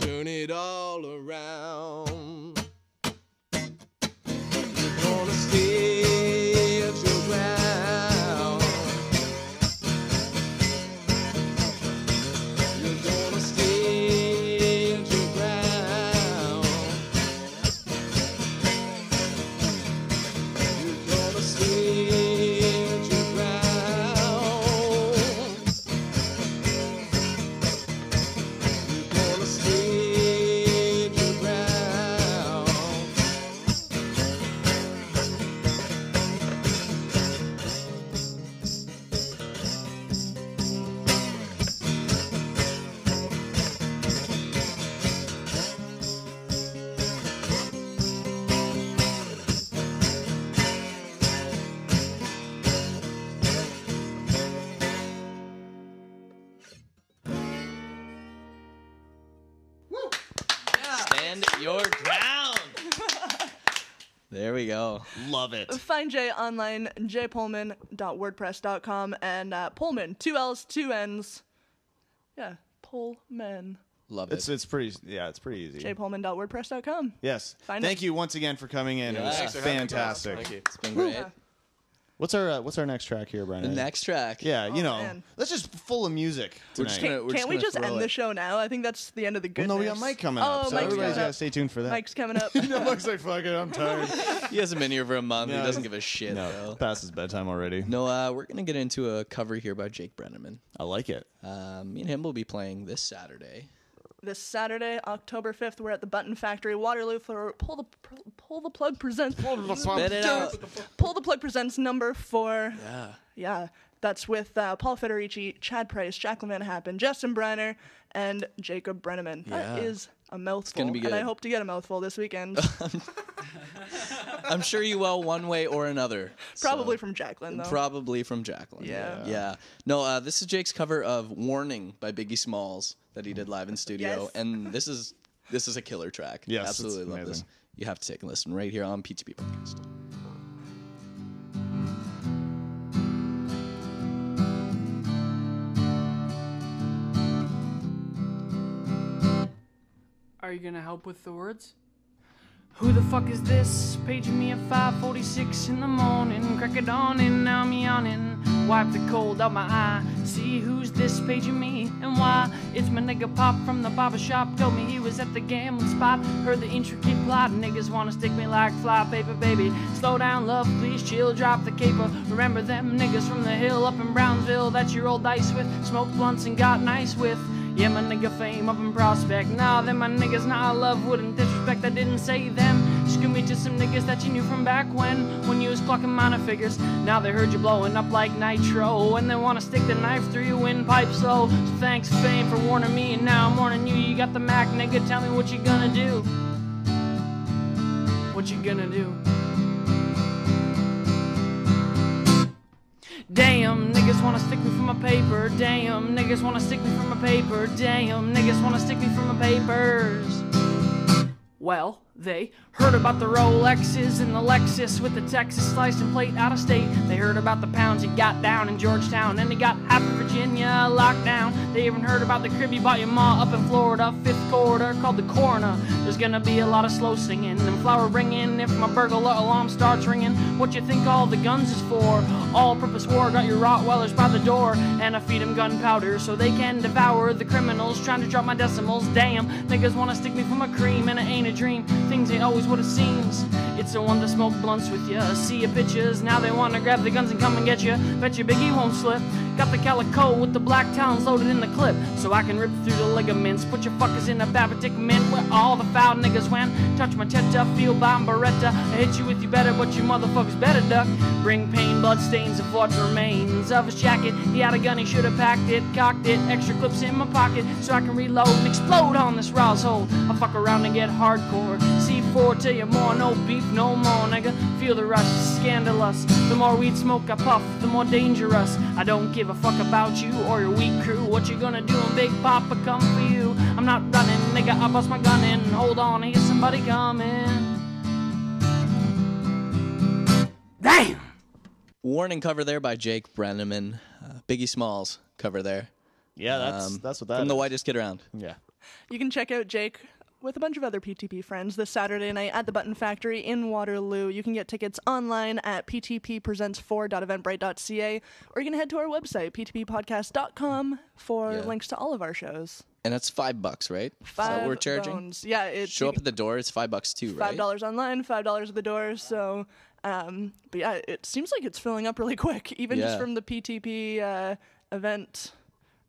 G: Turn it all around. We're gonna stand your ground. You're gonna stand your ground. You're gonna stand your ground. You're gonna stand your ground.
B: Stand your ground. There we go.
D: Love it.
C: Find Jay online, jpullman.wordpress.com, and uh, Pullman, two L's, two N's. Yeah, Pullman.
B: Love it.
D: It's it's pretty yeah, it's pretty easy.
C: jpullman.wordpress.com.
D: Yes.
C: Find
D: Thank
C: it.
D: you once again for coming in.
B: Yeah.
D: It was
B: Thanks for
D: fantastic.
F: Thank you.
B: it's been great.
D: What's our uh, what's our next track here,
B: The
D: Brian?
B: next track.
D: Yeah, you
C: Oh,
D: know,
C: man.
D: let's just full of music
B: We're just
D: tonight.
B: gonna-
C: Can't,
B: we're
C: can't we
B: gonna
C: just
B: throw
C: end
B: it.
C: the show now? I think that's the end of the
D: Well,
C: good.
D: no, we got Mike coming
C: oh,
D: up, so
C: Mike's
D: everybody's
C: coming
D: gotta
C: up.
D: stay tuned for that.
C: Mike's coming up.
D: Mike's like, fuck it, I'm tired.
B: He hasn't been here for a month.
D: No.
B: he doesn't give a shit
D: no,
B: though.
D: past his bedtime already.
B: No, uh, we're gonna get into a cover here by Jake Brenneman.
D: I like it.
B: Um, me and him will be playing this Saturday.
C: this Saturday, October 5th, we're at the Button Factory, Waterloo for Pull the Pull the Plug presents Pull
B: Spit it out.
C: the Plug presents number 4. Yeah. Yeah. That's with uh, Paul Federici, Chad Price, Jacqueline Van Happen, Justin Brenner, and Jacob Brenneman. That
B: Yeah.
C: is a mouthful.
B: gonna be
C: And I
B: good.
C: hope to get a mouthful this weekend.
B: I'm sure you will one way or another.
C: Probably
B: So-
C: from Jacqueline, though.
B: Probably from Jacqueline.
C: Yeah.
B: Yeah. No, uh, this is Jake's cover of "Warning" by Biggie Smalls that he did live in studio,
C: Yes.
B: and this is this is a killer track.
D: Yes, it's
B: absolutely love this.
D: amazing.
B: You have to take a listen right here on PTP Podcast.
H: Are you gonna help with the words? Who the fuck is this? Paging me at 5:46 in the morning. Crack it on and now I'm yawning. Wipe the cold out my eye. See who's this paging me and why? It's my nigga Pop from the barber shop. Told me he was at the gambling spot. Heard the intricate plot. Niggas wanna stick me like fly paper, baby. Slow down, love, please chill. Drop the caper. Remember them niggas from the hill up in Brownsville that you rolled dice with, smoked blunts and got nice with. Yeah, my nigga fame up in prospect. Nah, them my niggas, nah, I love wouldn't disrespect. I didn't say them. Screw me to some niggas that you knew from back when, when you was clocking minor figures. Now they heard you blowing up like nitro, and they wanna stick the knife through your windpipe. So, so thanks fame for warning me, and now I'm warning you. You got the Mac, nigga. Tell me what you gonna do. What you gonna do? Damn, niggas wanna stick me from a paper. Damn, niggas wanna stick me from a paper. Damn, niggas wanna stick me from my papers. Well. They heard about the Rolexes and the Lexus with the Texas sliced and plate out of state. They heard about the pounds he got down in Georgetown and he got half of Virginia locked down. They even heard about the crib he bought your ma up in Florida, fifth corridor called the Corner. There's gonna be a lot of slow singing and flower ringing if my burglar alarm starts ringing. What you think all the guns is for? All purpose war got your Rottweilers by the door and I feed 'em gunpowder so they can devour the criminals trying to drop my decimals. Damn, niggas wanna stick me for my cream and it ain't a dream. Things ain't always what it seems. It's a wonder smoke blunts with ya, see your pictures. Now they wanna grab the guns and come and get ya. Bet your biggie won't slip. Got the calico with the black talons loaded in the clip, so I can rip through the ligaments. Put your fuckers in a bad predicament where all the foul niggas went. Touch my teta, feel by my beretta. I hit you with you better, but you motherfuckers better duck. Bring pain, blood stains of what remains of his jacket. He had a gun, he should have packed it, cocked it. Extra clips in my pocket, so I can reload and explode on this rouse hole. I fuck around and get hardcore. C4 till you more, no beef, no more, nigga. Feel the rush, scandalous. The more weed smoke I puff, the more dangerous. I don't give a fuck about you or your weak crew. What you gonna do when Big Papa come for you? I'm not running, nigga. I bust my gun in. Hold on, here's somebody coming. Damn!
B: Warning cover there by Jake Brenneman. Uh, Biggie Smalls cover there.
D: Yeah, that's
B: Um,
D: that's what that
B: From the
D: is.
B: whitest kid around.
D: Yeah.
C: You can check out Jake with a bunch of other PTP friends this Saturday night at the Button Factory in Waterloo. You can get tickets online at ptppresents4.eventbrite.ca or you can head to our website, ptppodcast.com, for
B: Yeah.
C: links to all of our shows.
B: And that's five bucks, right? Is that
C: Five
B: what we're charging.
C: bones. Yeah, it's
B: Show up at the door. It's five bucks too,
C: five
B: right?
C: dollars online, five dollars at the door. So, um, but yeah, it seems like it's filling up really quick, even
B: Yeah.
C: just from the PTP uh, event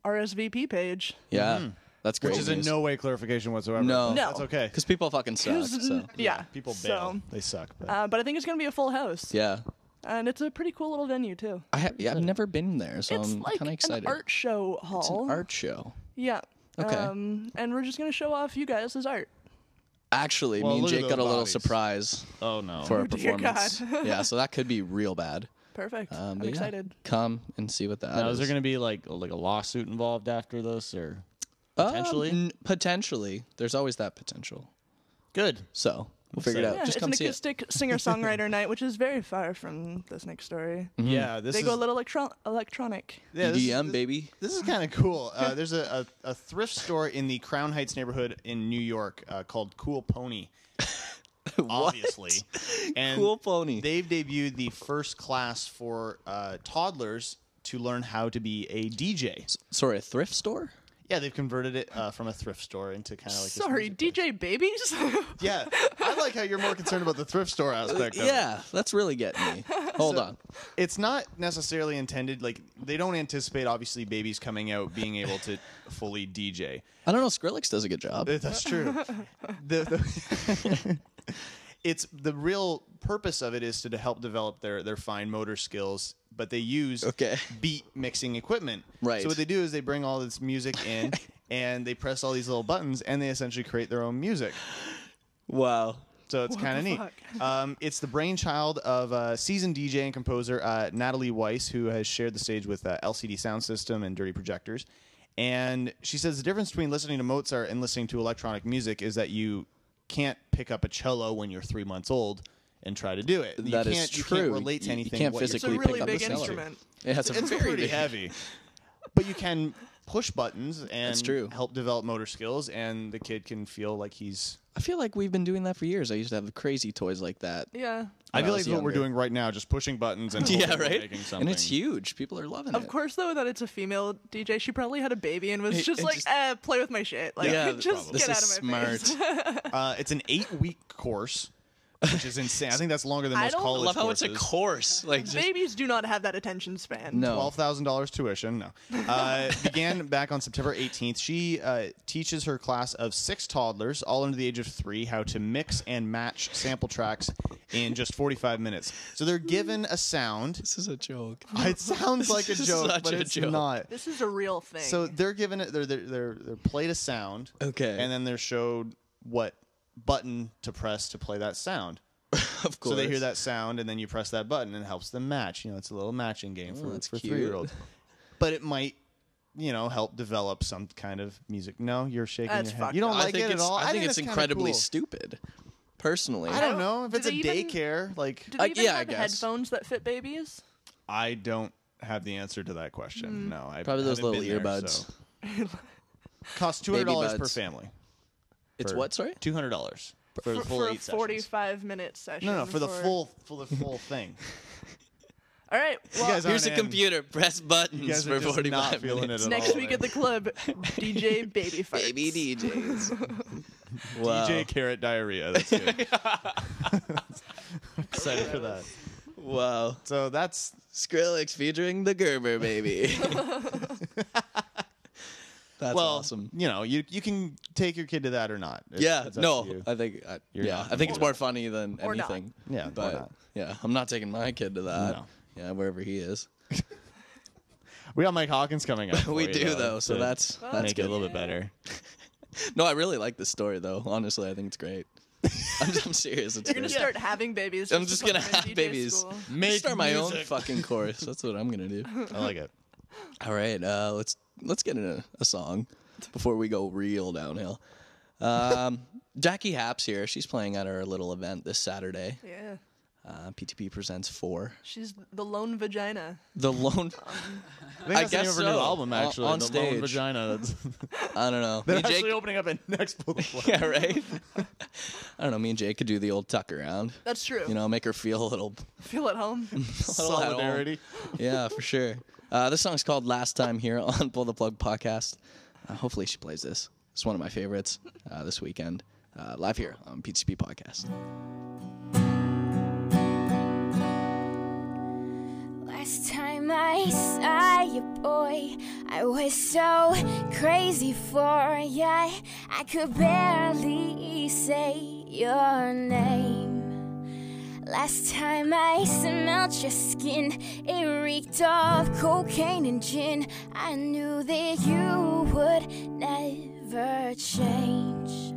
C: RSVP page.
B: Yeah, that's great.
D: Hmm. Which is in no way clarification whatsoever.
B: No.
C: No.
D: That's okay.
B: because people fucking suck.
C: Who's-
B: So.
C: yeah,
D: People bail.
C: So,
D: they suck. But.
C: uh, but I think it's gonna be a full house.
B: Yeah,
C: and it's a pretty cool little venue too.
B: I ha- yeah, I've never been there, so
C: it's
B: I'm
C: like
B: kind of excited.
C: an art show hall.
B: it's an art show.
C: Yeah.
B: Okay.
C: Um, and we're just gonna show off you guys' art.
B: Actually,
D: Well,
B: me and
D: look at
B: Jake
D: those
B: got a little
D: bodies.
B: surprise
D: oh no.
B: for our
C: dear
B: performance. yeah, so that could be real bad.
C: Perfect.
B: Um,
C: I'm
B: but yeah,
C: excited.
B: come and see what that
D: now, is there
B: is.
D: going to be like like a lawsuit involved after this or
B: Um,
D: potentially?
B: n- potentially, there's always that potential.
D: good?
B: So we'll figure it out.
C: Yeah,
B: Just
C: it's
B: come
C: an
B: see it.
C: acoustic singer-songwriter night, which is very far from this next story.
B: Mm-hmm.
D: Yeah, this
C: They
D: is
C: go a little electro- electronic.
D: yeah, this is-
B: EDM E baby.
D: This is kind of cool. Uh, there's a, a, a thrift store in the Crown Heights neighborhood in New York uh, called Cool Pony. Obviously, and
B: Cool Pony.
D: They've debuted the first class for uh, toddlers to learn how to be a DJ.
B: Sorry, a thrift store.
D: Yeah, they've converted it uh, from a thrift store into kind of like. this
C: Sorry,
D: music place.
C: DJ Babies.
D: Yeah, I like how you're more concerned about the thrift store aspect. Of it.
B: Yeah, that's really getting me. Hold on.
D: it's not necessarily intended. Like they don't anticipate obviously babies coming out being able to fully DJ.
B: I don't know. Skrillex does a good job.
D: Uh, That's true. the, the- it's the real purpose of it is to, to help develop their their fine motor skills, but they use
B: Okay.
D: beat mixing equipment.
B: Right.
D: So what they do is they bring all this music in. And they press all these little buttons, and they essentially create their own music.
B: Wow.
D: So it's kind of neat. Um, it's the brainchild of uh, seasoned DJ and composer uh, Natalie Weiss, who has shared the stage with uh, LCD Sound System and Dirty Projectors. And she says the difference between listening to Mozart and listening to electronic music is that you can't pick up a cello when you're three months old and try to do it. You
B: That is
D: can't, You
B: true.
D: can't relate
B: You-
D: to
B: you
D: anything.
B: can't
D: what you're
C: it's
B: physically
C: a
B: Quickly pick
C: really
B: up the
C: big
B: cellar.
C: instrument.
B: It has a
D: it's
B: very
D: pretty
B: big-
D: heavy. But you can push buttons and
B: true.
D: help develop motor skills, and the kid can feel like he's.
B: I feel like we've been doing that for years. I used to have crazy toys like that.
C: Yeah.
D: I
B: When I
D: feel
B: was
D: like what we're
B: younger.
D: doing right now, just pushing buttons and
B: Yeah,
D: hoping we're
B: right.
D: making something.
B: And it's huge. People are loving it.
C: Of course, though, that it's a female DJ. She probably had a baby and was
B: It-
C: just
B: it
C: like,
B: just-
C: eh, play with my shit. Like,
B: Yeah,
C: just
B: this
C: get out
B: is
C: of my
B: smart.
C: face.
D: Uh, it's an eight week course, which is insane. I think that's longer than
C: I
D: most
C: don't-
D: college
B: I love how it's
D: courses.
B: a course. Like just,
C: Babies do not have that attention span.
B: no.
D: Twelve thousand dollars tuition. No, uh, began back on September eighteenth. She uh, teaches her class of six toddlers, all under the age of three, how to mix and match sample tracks in just forty-five minutes. So they're given a sound.
B: This is a joke.
D: It sounds like a
B: This is
D: joke,
B: such
D: but
B: a
D: it's
B: joke.
D: not.
C: This is a real thing.
D: So they're given it. They're they're they're, they're played a sound.
B: Okay.
D: And then they're showed what button to press to play that sound.
B: Of course.
D: So they hear that sound, and then you press that button, and it helps them match. You know, it's a little matching game for,
B: Oh, that's
D: for
B: cute.
D: three year olds. But it might, you know, help develp some kind of music. No, you're shaking
C: That's
D: your head.
C: fucked
D: You don't
C: up.
B: I
D: like
B: think
D: it at
B: it's,
D: all.
B: I, think, it's
D: that's kinda
B: incredibly
D: cool.
B: stupid. personally.
D: I don't know if
C: Do
D: it's a
C: they even-
D: daycare. like
C: Do they
B: Uh,
C: even
B: yeah, I
C: have
B: guess.
C: headphones that fit babies?
D: I don't have the answer to that
C: Hmm.
D: question. No, I
B: Probably those
D: haven't
B: little
D: been there,
B: earbuds.
D: so. Costs two hundred dollars per
B: buds.
D: family.
B: It's what? Sorry.
D: Two hundred dollars for the
C: For,
D: full
C: for a
D: eight sessions.
C: 45 minute session.
D: No, no, for the full for the full thing.
C: All right. Well,
D: guys
B: Here's a
D: aren't in.
B: computer. Press buttons
D: You guys
B: for
D: are just
B: 45
D: not
B: minutes.
D: feeling it at
C: next
D: all,
C: week
D: man.
C: at the club, DJ Baby Farts.
B: Baby DJs. wow.
D: DJ Carrot Diarrhea. That's good. Excited for that.
B: Wow.
D: So that's
B: Skrillex featuring the Gerber baby. That's
D: well,
B: awesome.
D: you know, you you can take your kid to that or not. It's-
B: Yeah.
D: it's up to
B: No,
D: you.
B: I think. I,
D: You're
B: yeah,
D: not
B: I think it's more funny than
C: Or not.
B: anything.
D: Yeah, or
B: but
D: not.
B: yeah, I'm not taking my kid to that.
D: No.
B: Yeah, wherever he is.
D: we got Mike Hawkins coming up. for
B: we
D: you,
B: do though, so
D: to
B: that's
C: Well,
B: that's
D: make it
B: good.
D: a little bit better.
B: No, I really like this story though. Honestly, I think it's great. I'm, I'm serious. It's
C: You're going
B: great.
C: to start having babies.
B: I'm
C: just
B: just
C: to put
B: gonna
C: them in
B: have
C: DJ
B: babies.
C: school.
D: Make
B: start my own
D: music.
B: fucking chorus. That's what I'm gonna do.
D: I like it.
B: All right, uh, let's let's get into a song before we go real downhill. Um, Jackie Haps here. She's playing at our little event this Saturday.
C: Yeah.
B: Uh, PTP presents four.
C: She's the lone vagina.
B: The lone.
D: I, think that's the
B: I
D: name
B: guess
D: of her new
B: so.
D: album
B: On-
D: actually.
B: on
D: the
B: stage.
D: Lone Vagina. That's,
B: I don't know. Me
D: they're
B: and Jake-
D: actually opening up a next bullet point.
B: yeah, right. I don't know. Me and Jake could do the old tuck around.
C: That's true.
B: You know, make her feel a little,
C: Feel at home.
B: a little at home.
D: Solidarity.
B: Yeah, for sure. Uh, this song's called "Last Time" here on Pull the Plug podcast. Uh, hopefully, she plays this. It's one of my favorites uh, this weekend, uh, live here on PTP podcast.
I: Last time I saw you, boy, I was so crazy for ya. I could barely say your name. Last time I smelled your skin, it reeked of cocaine and gin. I knew that you would never change.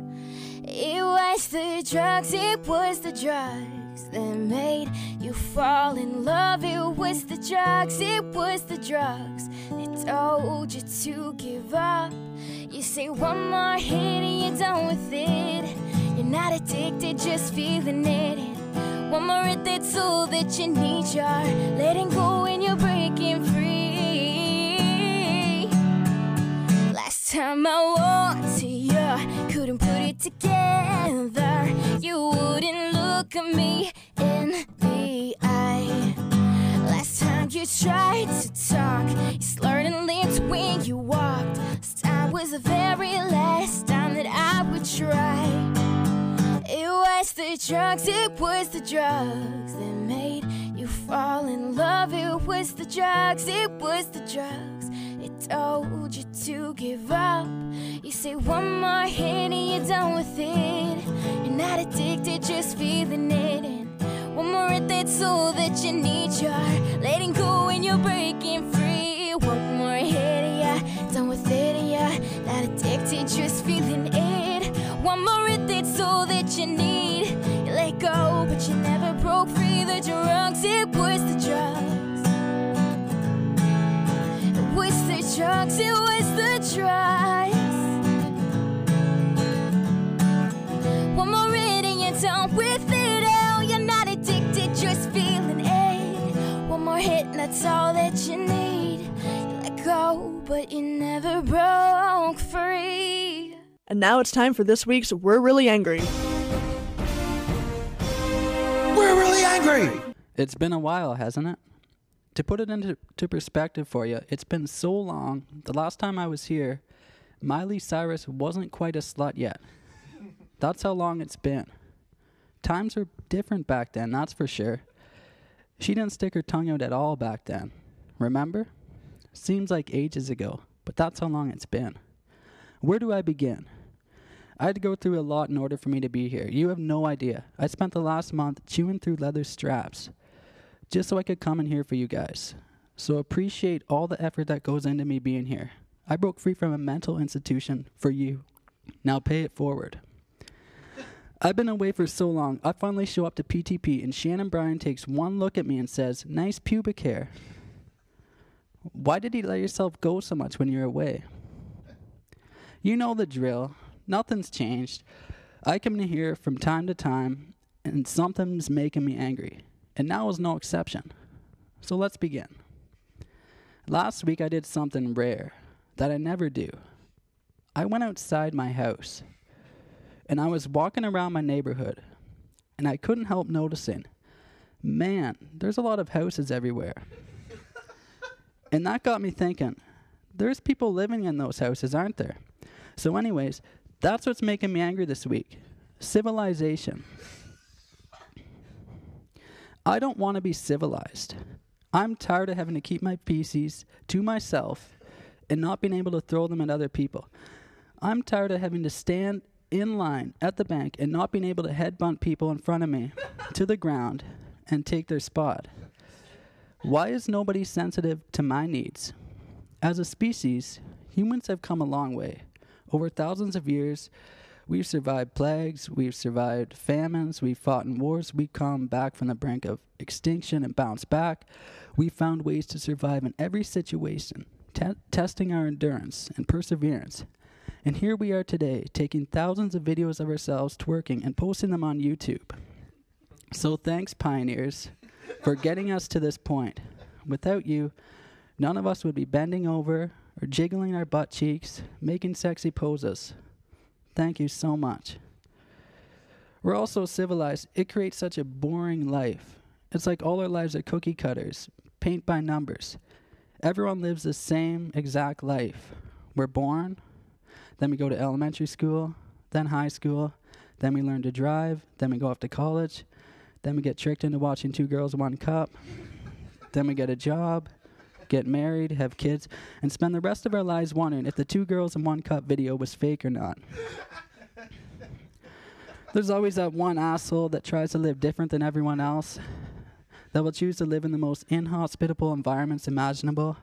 I: It was the drugs, it was the drugs that made you fall in love. It was the drugs, it was the drugs that told you to give up. You say one more hit and you're done with it. You're not addicted, just feeling it. One more hit, that's all that you need. You're letting go and you're breaking free. Last time I walked to you, couldn't put it together. You wouldn't look at me in the eye. Last time you tried to talk, you slurred and limped when you walked. This time was the very last time that I would try. It was the drugs, it was the drugs that made you fall in love. It was the drugs, it was the drugs. It told you to give up. You say one more hit and you're done with it. You're not addicted, just feeling it. And one more hit, that's all that you need. You're letting go and you're breaking free. One more hit and you're done with it. And you're not addicted, just feeling it. One more hit, that's all that you need. You let go, but you never broke free. The drugs, it was the drugs. It was the drugs, it was the drugs. One more hit and you're done with it. Oh, you're not addicted, just feeling it. One more hit and that's all that you need. You let go, but you never broke free.
C: And now it's time for this week's We're Really Angry.
J: It's been a while, hasn't it? To put it into to perspective for you, it's been so long. The last time I was here, Miley Cyrus wasn't quite a slut yet. That's how long it's been. Times were different back then, that's for sure. She didn't stick her tongue out at all back then. Remember? Seems like ages ago, but that's how long it's been. Where do I begin? I had to go through a lot in order for me to be here. You have no idea. I spent the last month chewing through leather straps just so I could come in here for you guys. So appreciate all the effort that goes into me being here. I broke free from a mental institution for you. Now pay it forward. I've been away for so long, I finally show up to PTP and Shannon Bryan takes one look at me and says, Nice pubic hair. Why did he let yourself go so much when you're away? You know the drill. Nothing's changed. I come to here from time to time, and something's making me angry. And now is no exception. So let's begin. Last week I did something rare that I never do. I went outside my house and I was walking around my neighborhood and I couldn't help noticing man, there's a lot of houses everywhere. and that got me thinking there's people living in those houses, aren't there? So, anyways, that's what's making me angry this week civilization. I don't want to be civilized. I'm tired of having to keep my PCs to myself and not being able to throw them at other people. I'm tired of having to stand in line at the bank and not being able to headbutt people in front of me to the ground and take their spot. Why is nobody sensitive to my needs? As a species, humans have come a long way. Over thousands of years, we've survived plagues, we've survived famines, we've fought in wars, we've come back from the brink of extinction and bounced back. We've found ways to survive in every situation, te- testing our endurance and perseverance. And here we are today, taking thousands of videos of ourselves twerking and posting them on YouTube. So thanks, pioneers, for getting us to this point. Without you, none of us would be bending over or jiggling our butt cheeks, making sexy poses. Thank you so much. We're also civilized. It creates such a boring life. It's like all our lives are cookie cutters, paint by numbers. Everyone lives the same exact life. We're born, then we go to elementary school, then high school, then we learn to drive, then we go off to college, then we get tricked into watching Two Girls, One Cup, then we get a job, get married, have kids, and spend the rest of our lives wondering if the Two Girls and One Cup video was fake or not. There's always that one asshole that tries to live different than everyone else, that will choose to live in the most inhospitable environments imaginable.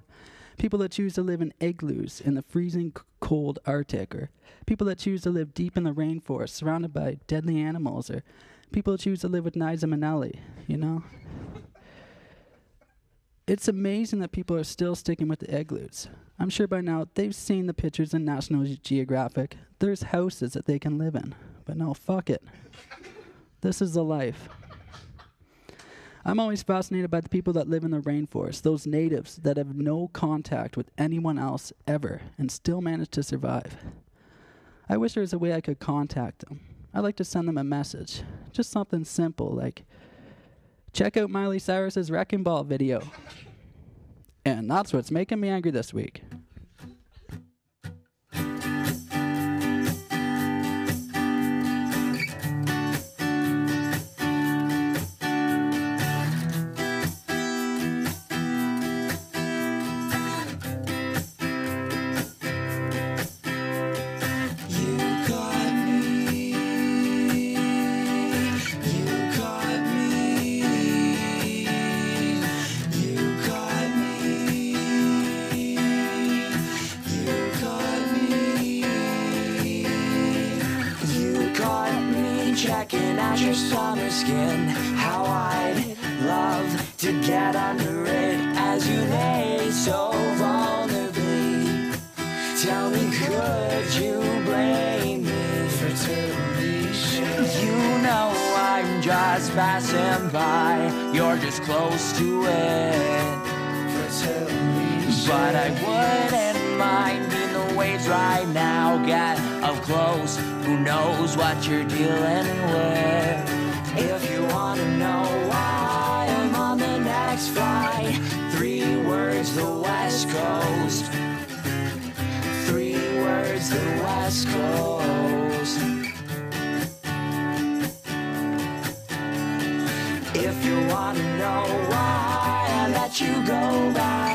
J: People that choose to live in igloos in the freezing c- cold Arctic, or people that choose to live deep in the rainforest surrounded by deadly animals, or people that choose to live with Liza Minnelli, you know? It's amazing that people are still sticking with the igloos. I'm sure by now they've seen the pictures in National Ge- Geographic. There's houses that they can live in. But no, fuck it. this is the life. I'm always fascinated by the people that live in the rainforest, those natives that have no contact with anyone else ever and still manage to survive. I wish there was a way I could contact them. I'd like to send them a message, just something simple like, check out Miley Cyrus's Wrecking Ball video. and that's what's making me angry this week.
K: You caught me checking out your summer skin. How I'd love to get under it as you lay so vulnerably. Tell me, could you blame me for turning shit? You know I'm just passing by. You're just close to it. But I wouldn't mind in the waves right now. Get up close, who knows what you're dealing with? If you wanna know why I'm on the next flight, three words the West Coast. Three words the West Coast. If you wanna know why I let you go by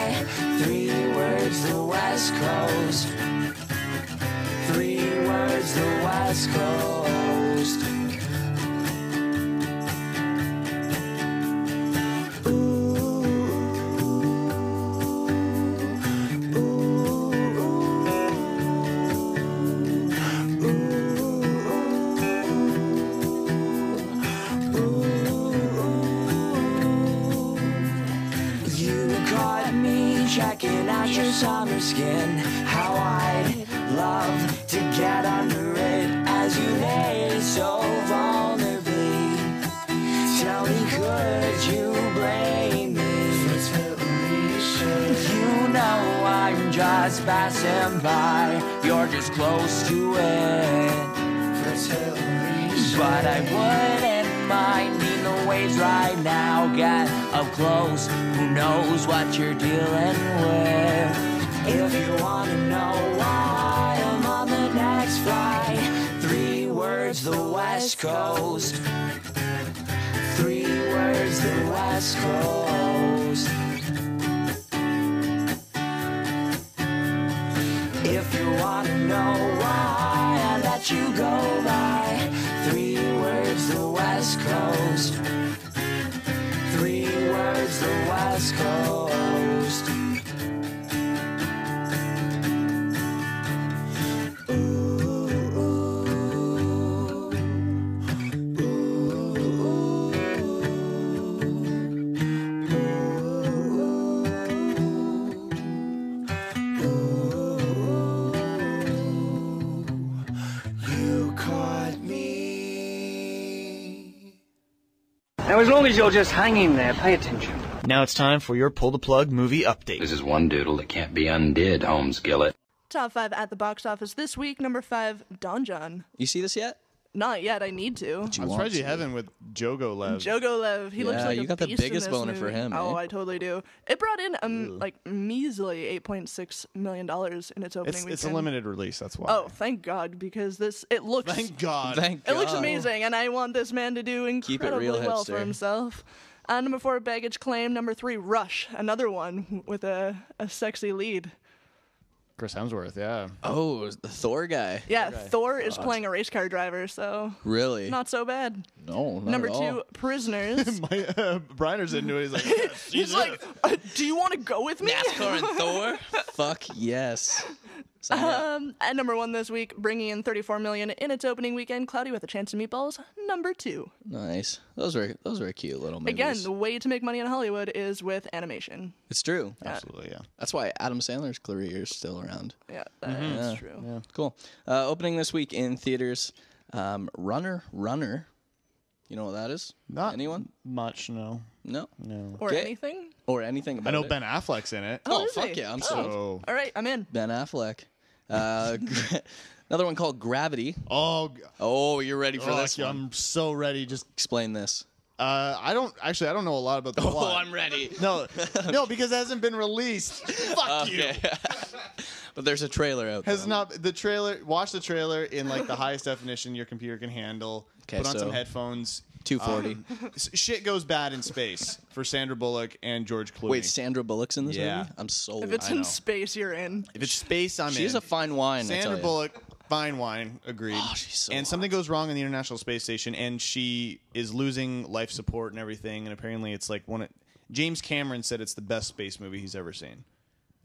K: three words the West Coast. Three words the West Coast. You caught me checking out your summer skin. How I'd love to get under it as as you lay so vulnerably. Tell me, could you blame me? You know I'm just passing by. You're just close to it. But I wouldn't mind in the waves right now. Get up close. Who knows what you're dealing with? If you wanna know why I'm on the next flight, three words: the West Coast. Three words: the West Coast. If you wanna know why I let you go by three words, the West Coast. Three words, the West Coast.
L: Now, as long as you're just hanging there, pay attention.
D: Now it's time for your pull the plug movie update.
M: This is one doodle that can't be undid, Holmes Gillett.
C: Top five at the box office this week. Number five, Don John.
B: You see this yet?
C: Not yet. I need to.
D: I'm surprised you haven't with Jogo Lev.
C: Jogo Lev. He looks
B: Yeah,
C: like
B: you
C: a
B: got the
C: beast in
B: biggest
C: this
B: boner for
C: movie.
B: him,
C: Oh,
B: eh?
C: I totally do. It brought in um like measly eight point six million dollars in its opening
D: It's,
C: weekend.
D: it's a limited release, that's why.
C: Oh, thank God! Because this it looks.
D: Thank God. Thank
C: It looks
D: God.
C: amazing, and I want this man to do
D: Keep it
C: incredibly
D: real,
C: well for
D: hipster.
C: himself. Uh, number four, baggage claim. Number three, Rush. Another one with a, a sexy lead.
D: Chris Hemsworth, yeah.
B: Oh, the Thor guy.
C: Yeah, Thor is playing a race car driver, so
B: Really?
C: not so bad.
B: No, not
C: Number
B: at
C: two,
B: all.
C: prisoners.
D: My, uh, Briner's into it. He's like, "Yeah,
C: He's like, uh, do you want to go with me?
B: NASCAR and Thor. Fuck yes. Sign me up.
C: Um, at number one this week, bringing in 34 million in its opening weekend, Cloudy with a Chance of Meatballs. Number two.
B: Nice. Those were those were cute little movies.
C: Again, the way to make money in Hollywood is with animation.
B: it's true.
D: Absolutely, yeah.
B: That's why Adam Sandler's career is still around.
C: Yeah,
B: that's
C: that's
B: true. Cool. Uh, opening this week in theaters, um, Runner, Runner. You know what that is?
D: Not
B: anyone.
D: Much, no.
B: No.
D: No.
C: Or
B: Okay.
C: anything.
B: Or anything.
D: I
B: About
D: know
B: it.
D: Ben Affleck's in it.
B: Oh,
C: is
B: fuck
C: he?
B: yeah! I'm
C: Oh.
B: so
C: All right, I'm in.
B: Ben Affleck. Uh, gr- another one called Gravity.
D: Oh.
B: Oh, you're ready for
D: Oh,
B: this?
D: yeah,
B: one.
D: I'm so ready. Just
B: explain this.
D: Uh, I don't actually. I don't know a lot about the
B: Oh,
D: plot.
B: I'm ready.
D: No, no, because it hasn't been released. Fuck you.
B: But there's a trailer out.
D: Has not the trailer. Watch the trailer in like the highest definition your computer can handle.
B: 'Kay,
D: Put on
B: so
D: some headphones.
B: 240.
D: Um, s- shit goes bad in space for Sandra Bullock and George Clooney.
B: Wait, Sandra Bullock's in this
D: Yeah.
B: movie? I'm sold.
C: If it's in space, you're in.
D: If it's space, I'm in.
B: She's a fine wine. I tell
D: Sandra
B: ya. Oh,
D: Bullock, fine wine, agreed. and something goes wrong in the International Space Station, and she is losing life support and everything. And apparently, it's like one. Of, James Cameron said it's the best space movie he's ever seen,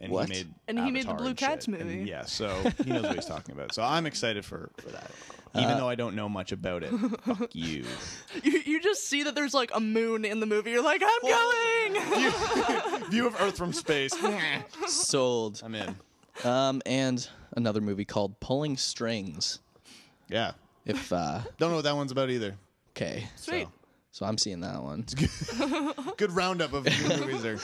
D: and
B: What?
D: he made
C: And he made the
D: Avatar
C: Blue
D: and shit.
C: Cats movie.
D: And yeah, so he knows what he's talking about. So I'm excited for, for that, even
B: Uh,
D: though I don't know much about it. Fuck you.
C: You, you just see that there's like a moon in the movie. You're like, I'm going.
D: View of Earth from space.
B: Sold.
D: I'm in.
B: Um, and another movie called Pulling Strings.
D: Yeah.
B: If uh,
D: Don't know what that one's about either.
B: okay,
C: Sweet.
B: so I'm seeing that one.
D: Good roundup of new movies there.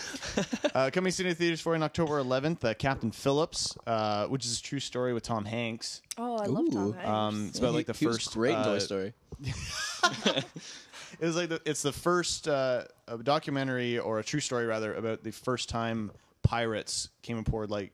D: Uh, coming soon to theaters for you on October 11th, uh, Captain Phillips, uh, which is a true story with Tom Hanks.
C: Oh, I love Tom
B: Ooh.
C: Hanks.
D: Um, it's
B: Yeah,
D: about
B: he-
D: like the
B: he was
D: first
B: great in Toy
D: uh,
B: Story.
D: It was like the, it's the first uh, a documentary or a true story rather about the first time pirates came aboard like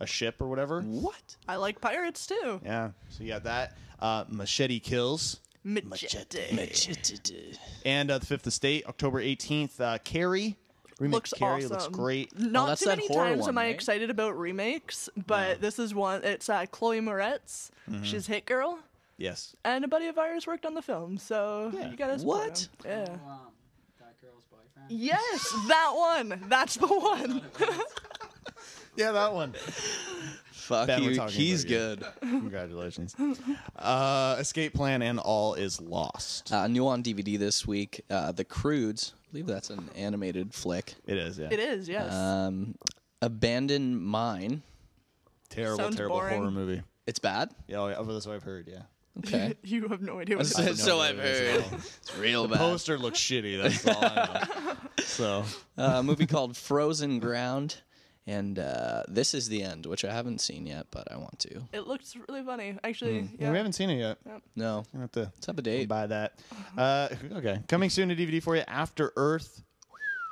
D: a ship or whatever.
B: What?
C: I like pirates too.
D: Yeah. So you got that. Uh, Machete Kills.
C: Machete.
D: And uh, The Fifth Estate, October 18th. Uh, Carrie. Remake
C: Looks
D: Carrie
C: awesome.
D: looks great. Oh,
C: Not
B: Oh, that's
C: too
B: that
C: many
B: horror
C: times
B: one,
C: am I
B: right?
C: excited about remakes, but this is one. It's uh, Chloe Moretz. She's Hit Girl,
D: Yes.
C: and a buddy of ours worked on the film, so you gotta support
B: What?
C: him. Yeah. Yes, that one. That's the one.
D: Yeah, that one.
B: Fuck
D: Ben, we're
B: you.
D: talking
B: He's
D: about you.
B: good.
D: Congratulations. Uh, Escape Plan and All is Lost.
B: Uh, new on DVD this week. Uh, the Crudes. I believe that's an animated flick.
D: It is, yeah.
C: it is. Yes.
B: Um, Abandon Mine.
D: Terrible,
C: Sounds
D: terrible
C: boring.
D: horror movie.
B: It's bad.
D: Yeah, oh, yeah, oh, that's what I've heard, yeah.
B: Okay.
C: you have no idea. What
B: so,
C: it is.
B: so I've heard. It's real
D: The
B: bad.
D: poster looks shitty. That's all I know. So
B: uh, a movie called Frozen Ground, and uh, this is the end, which I haven't seen yet, but I want to.
C: It looks really funny, actually.
D: Mm.
C: Hmm.
B: Hmm.
C: Yeah.
D: we haven't seen it yet.
C: Yep.
B: No,
D: I have to.
B: It's up a date.
D: Buy that. Uh, okay, coming soon to DVD for you. After Earth,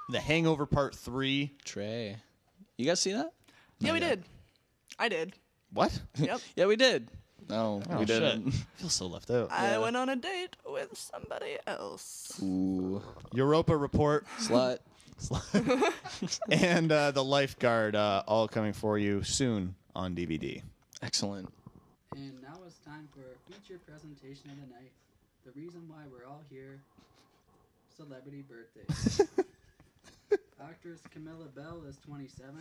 D: The Hangover Part Three.
B: Trey, you guys see that?
C: Yeah, we did. I did.
D: What?
C: Yep.
B: yeah, we did. No,
D: Oh,
B: we
D: shit.
B: didn't.
D: I feel so left out.
C: I went on a date with somebody else.
B: Ooh.
D: Europa Report.
B: Slut.
D: and uh, The Lifeguard, uh, all coming for you soon on DVD.
B: Excellent.
J: And now it's time for our feature presentation of the night. The reason why we're all here celebrity birthdays. Actress Camilla Bell is 27.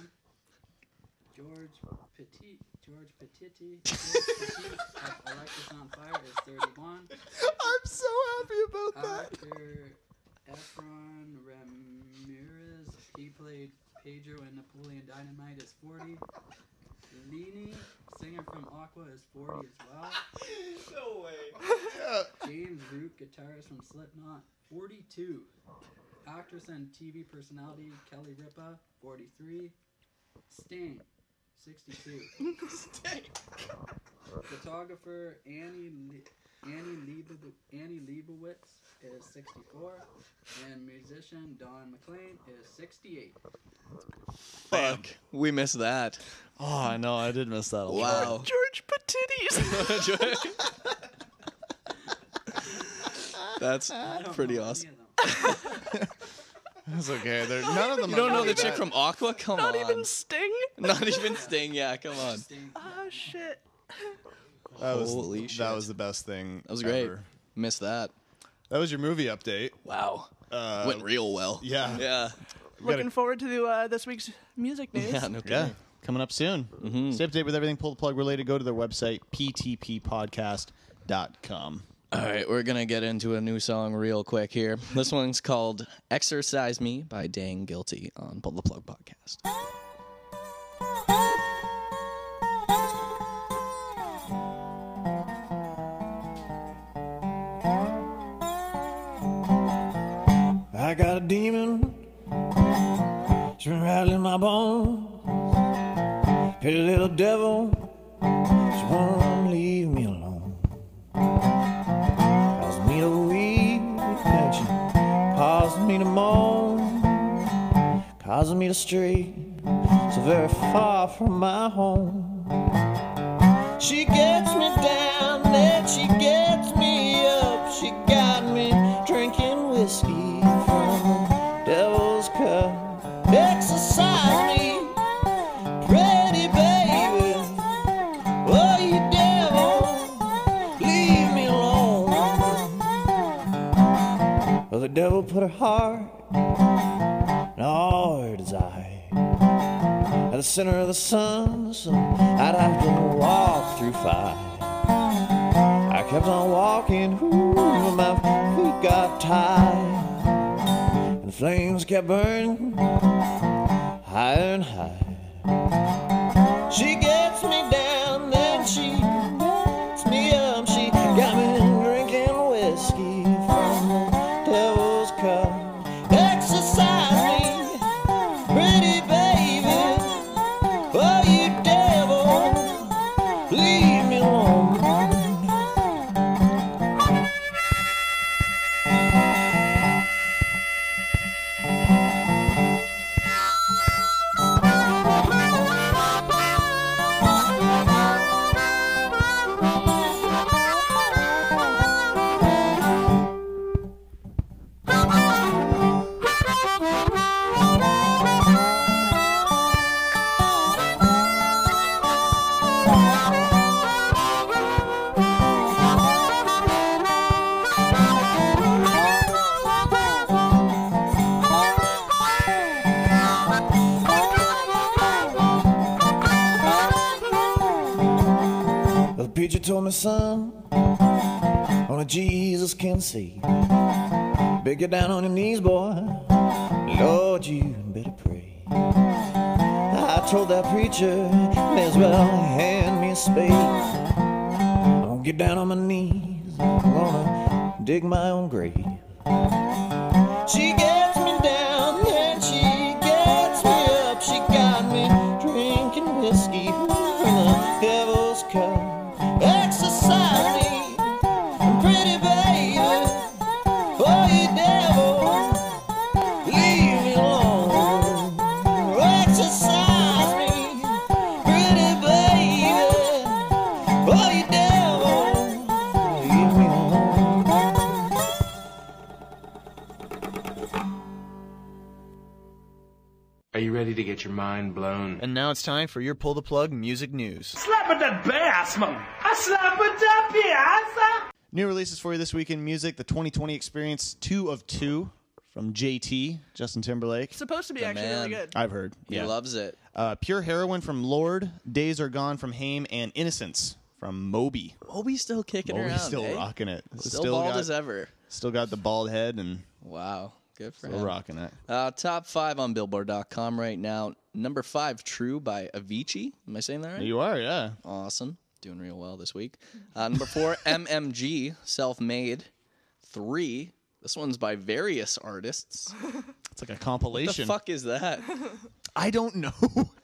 J: George Petit, George Petiti, George Petit of Alexis on Fire is 31.
D: I'm so happy about
J: that. Actor Efron Ramirez, he played Pedro in Napoleon Dynamite, is 40. Lini, singer from Aqua, is 40 as well.
E: No way.
J: James Root, guitarist from Slipknot, 42. Actress and TV personality Kelly Ripa, 43. Sting, 62. Sting. Photographer Annie Le- Annie Leibov- Annie Leibowitz is 64, and musician Don McLean is 68.
B: Fuck. We missed that.
D: Oh, I know. I did miss that a
B: Wow.
C: George Patitties.
B: That's pretty awesome.
D: That's okay. They're, none of them.
B: You
D: are
B: don't know
D: really
B: the chick
D: bad.
B: from Aqua? Come
C: Not
B: on.
C: even Sting.
B: Not e- even Sting. Yeah, come on.
C: Oh shit.
D: That was,
B: Holy shit.
D: That was the best thing.
B: That was great.
D: ever.
B: Missed that.
D: That was your movie update.
B: Wow.
D: Uh,
B: Went real well.
D: yeah.
B: Yeah.
D: gotta-
C: Looking forward to uh, this week's music news.
B: Yeah, no
D: Yeah, Mm-hmm.
B: kidding.
D: coming up soon. Stay up to date with everything pull the plug related. Go to their website, ptppodcast.com.
B: All right, we're going to get into a new song real quick here. This one's called Exercise Me by Dang Guilty on Pull the Plug Podcast.
N: I got a demon. She's been rattling my bones. Pretty little devil. She won't leave me alone. Caused me to weep. And she caused me to moan. Caused me to stray so very far from my home. She gets me down, then she gets me up. She got me drinking whiskey from the devil's cup. Exercise me, pretty baby. Oh, you devil, leave me alone. Well, the devil put her heart in all her desire at the center of the sun, so I'd have to walk through fire. I kept on walking, ooh, but my feet got tired, and the flames kept burning higher and higher. She gets me down, then she gets me up. She got me drinking whiskey from the devil's cup. Exercise me pretty baby. Oh, you devil, leave me alone. The preacher told me, son, only Jesus can see. Better get down on your knees, boy. Lord, you better pray. I told that preacher, may as well hand me a spade. I'll get down on my knees. I'm gonna dig my own grave.
K: She gets me down and she gets me up. She got me drinking whiskey from the devil's cup. Exercise me, pretty baby. Oh, you devil, leave me alone. Exercise me, pretty baby. Oh, you devil, leave me alone.
O: Are you ready to get your mind blown?
D: And now it's time for your pull the plug music news.
L: Slap at that bass, man. I slap at that bass.
D: New releases for you this week in music: the 2020 Experience, two of two, from JT Justin Timberlake.
C: Supposed to be actually really good.
D: I've heard.
B: He loves it.
D: Uh, Pure heroin from Lord, Days Are Gone from Haim, and Innocence from Moby.
B: Moby's still kicking
D: Moby's
B: around.
D: still
B: eh?
D: rocking it.
B: Still, bald
D: got-
B: as ever.
D: Still got the bald head and
B: Wow, good for
D: still
B: him.
D: rocking it.
B: Uh, top five on Billboard.com right now. Number five, True by Avicii. Am I saying that right?
D: You are, yeah.
B: Awesome. Doing real well this week. Uh, number four, MMG, Self Made. Three, this one's by various artists.
D: It's like a
B: What the
D: compilation.
B: fuck is that?
D: I don't know.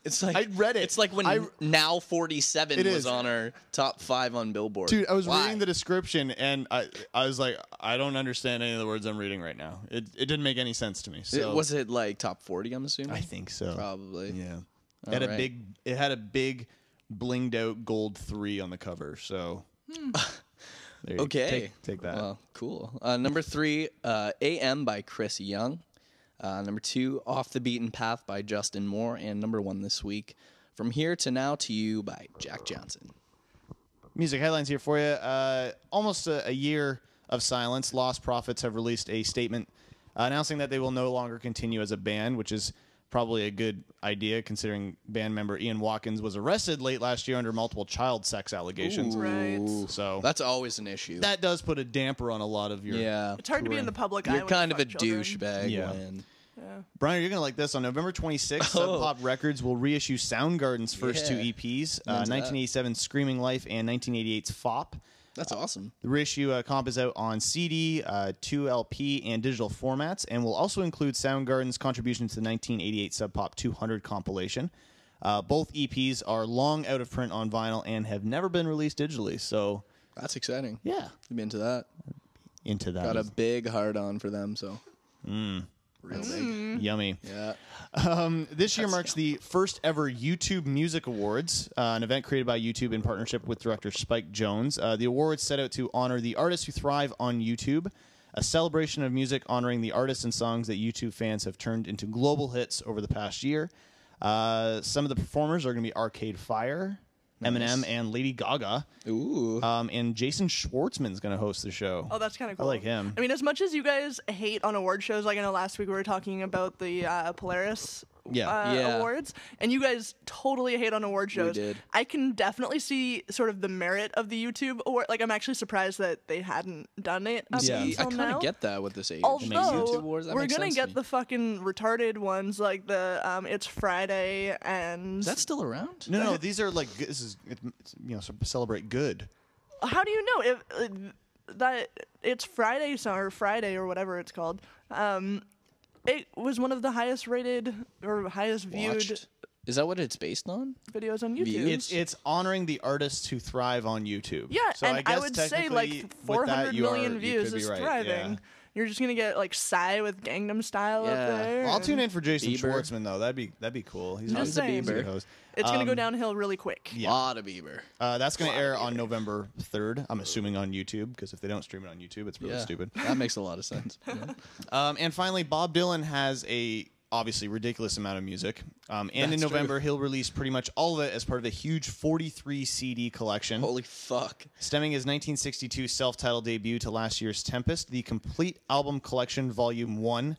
B: It's like I read it. It's like when Now 47
D: It
B: was
D: is.
B: on our top five on Billboard.
D: Dude, I was
B: Why?
D: reading the description and I I was like, I don't understand any of the words I'm reading right now. It it didn't make any sense to me.
B: It-
D: So
B: was it like top 40, I'm assuming?
D: I think so.
B: Probably.
D: Yeah. It
B: All
D: had a
B: right.
D: big it had a big blinged out gold three on the cover, so there you-
B: Okay.
D: Take, take that.
B: Well, cool. Uh, number three, uh, AM by Chris Young. Uh, number two, Off the Beaten Path by Justin Moore. And number one this week, From Here to Now to You by Jack Johnson.
D: Music headlines here for you. Uh, almost a, a year of silence. Lost Prophets have released a statement announcing that they will no longer continue as a band, which is probably a good idea considering band member Ian Watkins was arrested late last year under multiple child sex allegations.
C: Ooh. Right.
D: So
B: that's always an issue.
D: That does put a damper on a lot of your.
B: Yeah.
C: It's hard to be in the public eye
B: You're
C: when
B: kind
C: you
B: of a
C: fuck children.
B: douchebag.
D: Yeah.
B: when-
C: Yeah.
D: Brian, you're gonna like this. On November 26th, Sub Pop Records will reissue Soundgarden's first
B: Oh. Yeah.
D: two EPs, uh,
B: When's that?
D: 1987's "Screaming Life" and 1988's "Fop."
B: That's awesome.
D: The reissue uh, comp is out on CD, uh, 2LP, and digital formats, and will also include Soundgarden's contribution to the 1988 Sub Pop 200 compilation. Uh, both EPs are long out of print on vinyl and have never been released digitally. So
B: That's exciting.
D: Yeah.
B: I've been to that.
D: into that,
B: Got a
D: is-
B: big hard on for them. So,
D: Mm.
B: real
D: That's
C: Mm-hmm.
B: big.
D: Yummy.
B: Yeah.
D: Um, this year marks the first ever YouTube Music Awards, uh, an event created by YouTube in partnership with director Spike Jones. Uh, the awards set out to honor the artists who thrive on YouTube, a celebration of music honoring the artists and songs that YouTube fans have turned into global hits over the past year. Uh, some of the performers are going to be Arcade Fire, Eminem, and Lady Gaga.
B: Ooh.
D: Um, and Jason Schwartzman's going to host the show.
C: Oh, that's kind of cool.
D: I like him.
C: I mean, as much as you guys hate on award shows, like I know last week we were talking about the uh, Polaris
D: Yeah.
C: uh,
D: Yeah.
C: awards, and you guys totally hate on award shows.
B: did.
C: I can definitely see sort of the merit of the YouTube award. Like, I'm actually surprised that they hadn't done it. Up
B: See, I
C: until
B: kind
C: now.
B: of get that with this age.
C: Although
B: YouTube awards, that
C: we're
B: makes
C: gonna
B: sense to
C: get
B: me.
C: the fucking retarded ones, like the um, it's Friday and
B: Is that still around?
D: No, no, these are like g- this is it's, you know ce- celebrate good.
C: How do you know if uh, that it's Friday song or Friday or whatever it's called? Um, it was one of the highest rated or highest viewed
B: Watched. Is that what it's based on?
C: videos on YouTube.
D: It's it's honoring the artists who thrive on YouTube.
C: yeah,
D: so
C: and
D: I,
C: I,
D: guess
C: would say
D: technically
C: like
D: with that
C: 400
D: you are-
C: million
D: you
C: views
D: could be
C: is
D: right,
C: thriving.
D: yeah.
C: You're just gonna get like Psy with Gangnam Style up there.
D: Well, I'll tune in
C: and
D: for Jason
B: Bieber.
D: Schwartzman though. That'd be that'd be cool. He's
C: I'm
D: on
C: just saying.
D: He's a good host.
C: It's gonna go
D: Um,
C: downhill really quick.
D: Yeah.
B: Lot of Bieber.
D: Uh, that's going to air on November 3rd, I'm assuming on YouTube, because if they don't stream it on YouTube, it's really
B: Yeah,
D: stupid.
B: That makes a lot of sense.
D: Um, and finally, Bob Dylan has a obviously ridiculous amount of music. Um, and in
B: That's true.
D: November, he'll release pretty much all of it as part of a huge 43 CD collection.
B: Holy fuck!
D: Stemming his 1962 self-titled debut to last year's Tempest, the complete album collection, Volume One,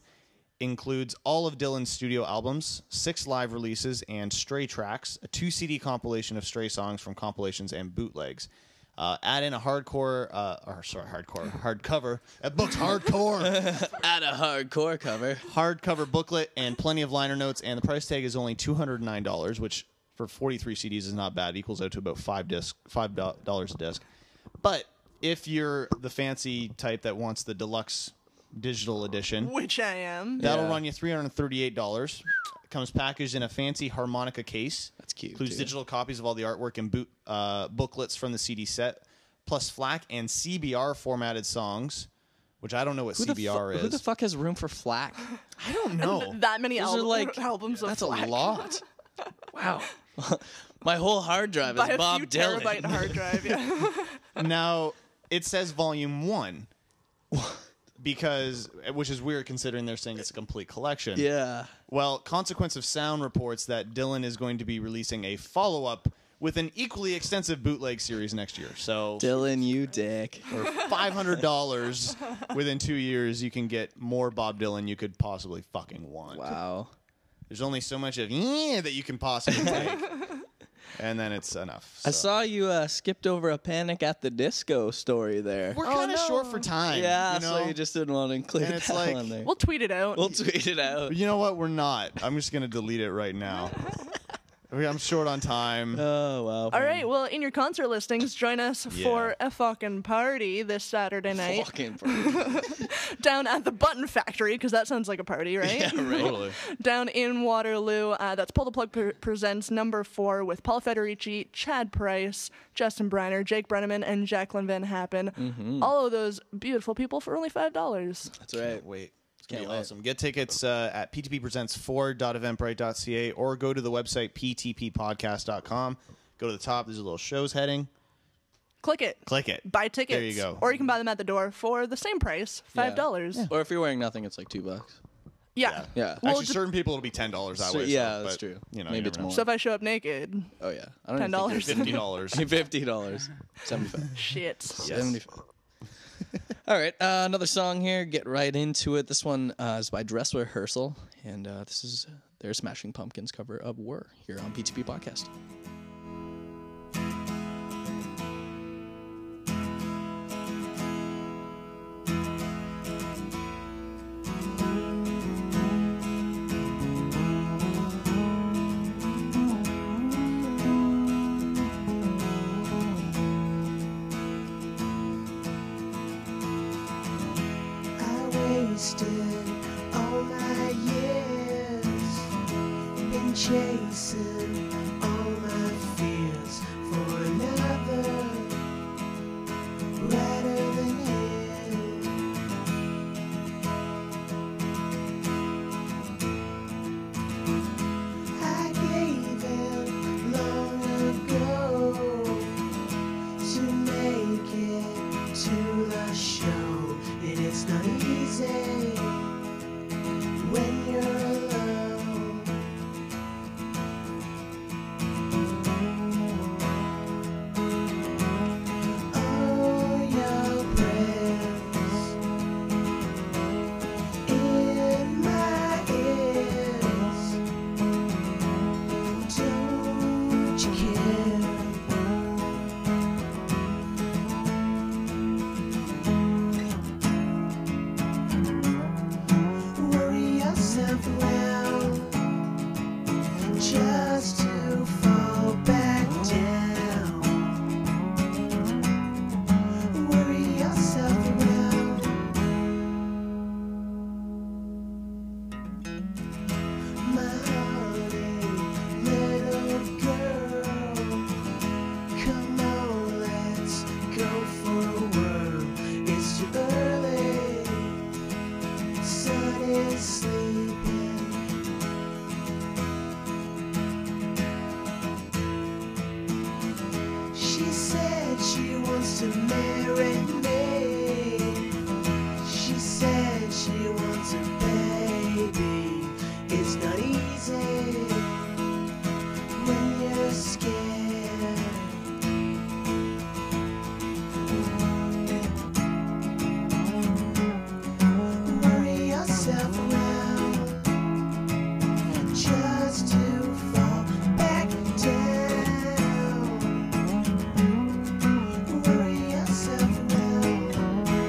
D: includes all of Dylan's studio albums, six live releases, and stray tracks, a two CD compilation of stray songs from compilations and bootlegs. Uh, add in a hardcore, uh, or sorry, hardcore, hardcover. That book's hardcore.
B: At a hardcore cover.
D: hardcover booklet and plenty of liner notes, and the price tag is only two hundred nine dollars, which for forty three CDs is not bad. Equals out to about five disc, five dollars a disc. But if you're the fancy type that wants the deluxe digital edition,
C: Which I am.
D: That'll run you three hundred thirty-eight dollars. Comes packaged in a fancy harmonica case. That's
B: cute.
D: Includes
B: dude.
D: digital copies of all the artwork and boot, uh, booklets from the CD set, plus FLAC and CBR formatted songs, which I don't know what
B: Who the fu-
D: CBR is.
B: Who the fuck has room for flack?
D: I don't know.
C: That many
B: Those are
C: al-
B: like-
C: albums of
B: That's a
C: Black.
B: lot. wow. My whole hard drive
C: By
B: is
C: a
B: Bob
C: few
B: Dylan.
C: terabyte hard drive. Yeah.
D: now it says volume one because which is weird considering they're saying it's a complete collection
B: Yeah.
D: well consequence of sound reports that dylan is going to be releasing a follow-up with an equally extensive bootleg series next year so
B: Dylan, you dick.
D: for $500 within two years you can get more bob dylan you could possibly fucking want
B: wow
D: there's only so much of "Yeah" that you can possibly take and then it's enough
B: I saw you uh, skipped over a Panic at the Disco story there.
D: we're kind of short for Oh, time
B: Oh, yeah,
D: you know?
B: so you just didn't want to include
D: And it's
B: that
D: like-
B: one there.
C: We'll tweet it out.
B: We'll tweet it out.
D: You know what? We're not. I'm just gonna delete it right now. I mean, I'm short on time.
B: Oh wow.
C: All right. Well, in your concert listings, join us
D: Yeah.
C: for a fucking party this Saturday night
B: Fucking
C: down at the Button Factory because that sounds like a party, right?
D: Totally.
C: down in Waterloo. Uh, that's Pull the Plug pre- presents number four with Paul Federici, Chad Price, Justin Briner, Jake Brenneman, and Jacqueline Van Happen.
D: Mhm.
C: All of those beautiful people for only five dollars.
B: That's right. Wait.
D: It's gonna be awesome. Get tickets uh, at ptppresents4.eventbrite.ca or go to the website ptppodcast.com. Go to the top. There's a little shows heading.
C: Click it.
D: Click it.
C: Buy tickets.
D: There you go.
C: Or you can buy them at the door for the same price, five dollars.
B: Or if you're wearing nothing, it's like two bucks.
C: Yeah.
B: Yeah.
C: Well,
D: Actually, certain people it'll be ten dollars that
B: So-
D: way. so-
B: yeah, that's
D: but,
B: true.
D: You know,
B: Maybe
D: you
B: it's
D: never know.
B: more.
C: So if I show up naked,
B: Oh yeah. I
C: ten
B: even think
C: dollars.
B: it's
D: $50.
B: Fifty dollars. Seventy five.
C: Shit.
B: Seventy five. All right, uh, another song here. Get right into it. This one uh, is by Dress Rehearsal, and uh, this is their Smashing Pumpkins cover of "War" here on PTP Podcast.
P: I wasted all my years in chasing all my fears for another rather than you. I gave in long ago to make it to the show. And it's not easy when you're alone. Oh, your breath in my ears. Don't you care? worry yourself well just to fall back down. Worry yourself well. My honey, little girl, come on, let's go for a whirl. It's too early sun is sleeping. She said she wants to marry me. She said she wants a baby. It's not easy when you're scared. Worry yourself around just to fall back down. Worry yourself around.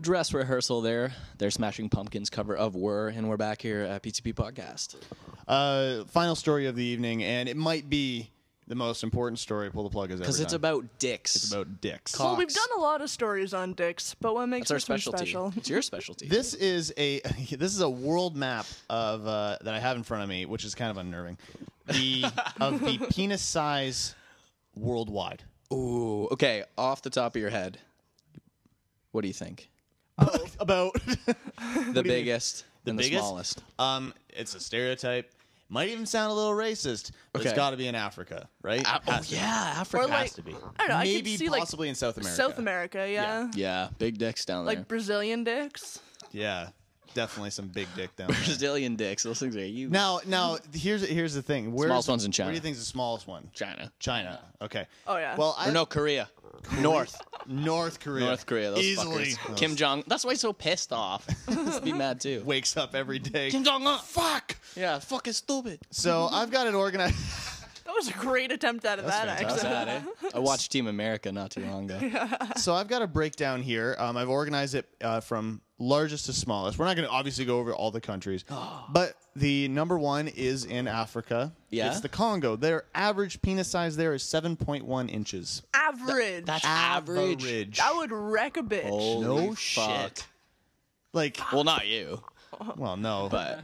B: dress rehearsal there. They're Smashing Pumpkins cover of Were, and we're back here at PTP Podcast.
D: Uh, final story of the evening, and it might be the most important story Pull the Plug has ever done.
B: 'Cause it's about dicks.
D: It's about dicks.
C: Well, we've done a lot of stories on dicks, but what makes this one special?
B: specialty.
D: This is a this is a world map of uh, that I have in front of me, which is kind of unnerving. The of the penis size worldwide.
B: Ooh, okay. Off the top of your head, what do you think?
D: about
B: The biggest
D: the
B: and the
D: biggest?
B: smallest.
D: Um, it's a stereotype. Might even sound a little racist. But It's
B: Okay.
D: got to be in Africa, right?
B: Ah, oh,
D: Has to be.
B: yeah, Africa. Or,
D: has
B: like,
D: to be.
C: I don't know. I
D: Maybe
C: could see
D: possibly
C: like,
D: in South America.
C: South America, yeah.
B: Yeah, big dicks down
C: Like
B: there.
C: Brazilian dicks.
D: Yeah, definitely some big dick down there.
B: Brazilian dicks. Those things are you.
D: Now, now here's here's the thing. Where's
B: Smallest one's in
D: Where do
B: China.
D: you think is the smallest one?
B: China.
D: China. Okay.
C: Oh, yeah.
D: Well,
B: Or
D: I
B: no, Korea. North.
D: North Korea.
B: North Korea. Those
D: Easily.
B: fuckers. Kim Jong. That's why he's so pissed off. Must be mad too.
D: Wakes up every day.
B: Kim Jong Un.
D: Fuck.
B: Yeah. Fucking stupid.
D: So I've got it organized.
C: That was a great attempt out of that
D: eh?
C: accent.
B: eh? I watched Team America not too long ago.
D: so I've got a breakdown here. Um, I've organized it uh, from largest to smallest. We're not going to obviously go over all the countries, but the number one is in Africa.
B: Yeah?
D: It's the Congo. Their average penis size there is 7.1 inches.
C: Average.
D: that's average. Average.
C: I would wreck a bitch.
D: no shit. Like,
B: well, not you.
D: Well, no,
B: but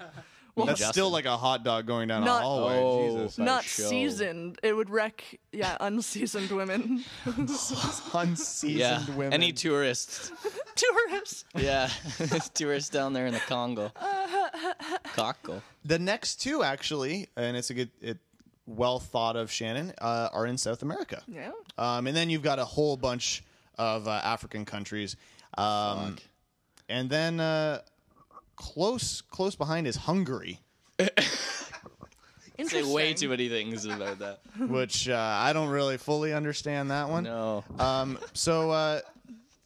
D: that's
B: Justin.
D: still like a hot dog going down
C: Not-
D: a hallway.
B: Oh,
D: Jesus,
C: Not seasoned. It would wreck, yeah, unseasoned women.
D: unseasoned
B: Yeah. Any tourists?
C: Tourists.
B: Yeah. tourists down there in the Congo. Cockle.
D: The next two, actually, and it's a good, it, well thought of, Shannon, uh, are in South America.
C: Yeah.
D: Um, and then you've got a whole bunch of uh, African countries. Um, and then uh, close close behind is Hungary,
B: Say way too many things about that.
D: which uh, I don't really fully understand that one.
B: No.
D: Um, so uh,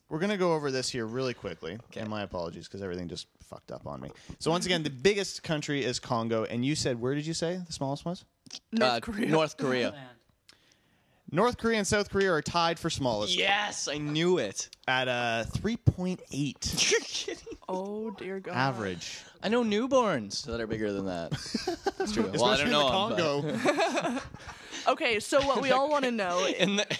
D: we're going to go over this here really quickly. And my apologies because everything just fucked up on me. So once again, the biggest country is Congo. And you said, where did you say the smallest was?
C: North Korea.
B: Uh, North
C: Oh,
B: Korea.
D: North Korea and South Korea are tied for smallest.
B: Yes, I knew it.
D: At uh, 3.8
B: You're kidding.
C: Oh dear God.
D: average.
B: I know newborns that are bigger than that. That's true. well, I
D: Especially
B: don't know.
D: in the
B: 'em, but-
C: Okay, so what we all want to know is
B: In the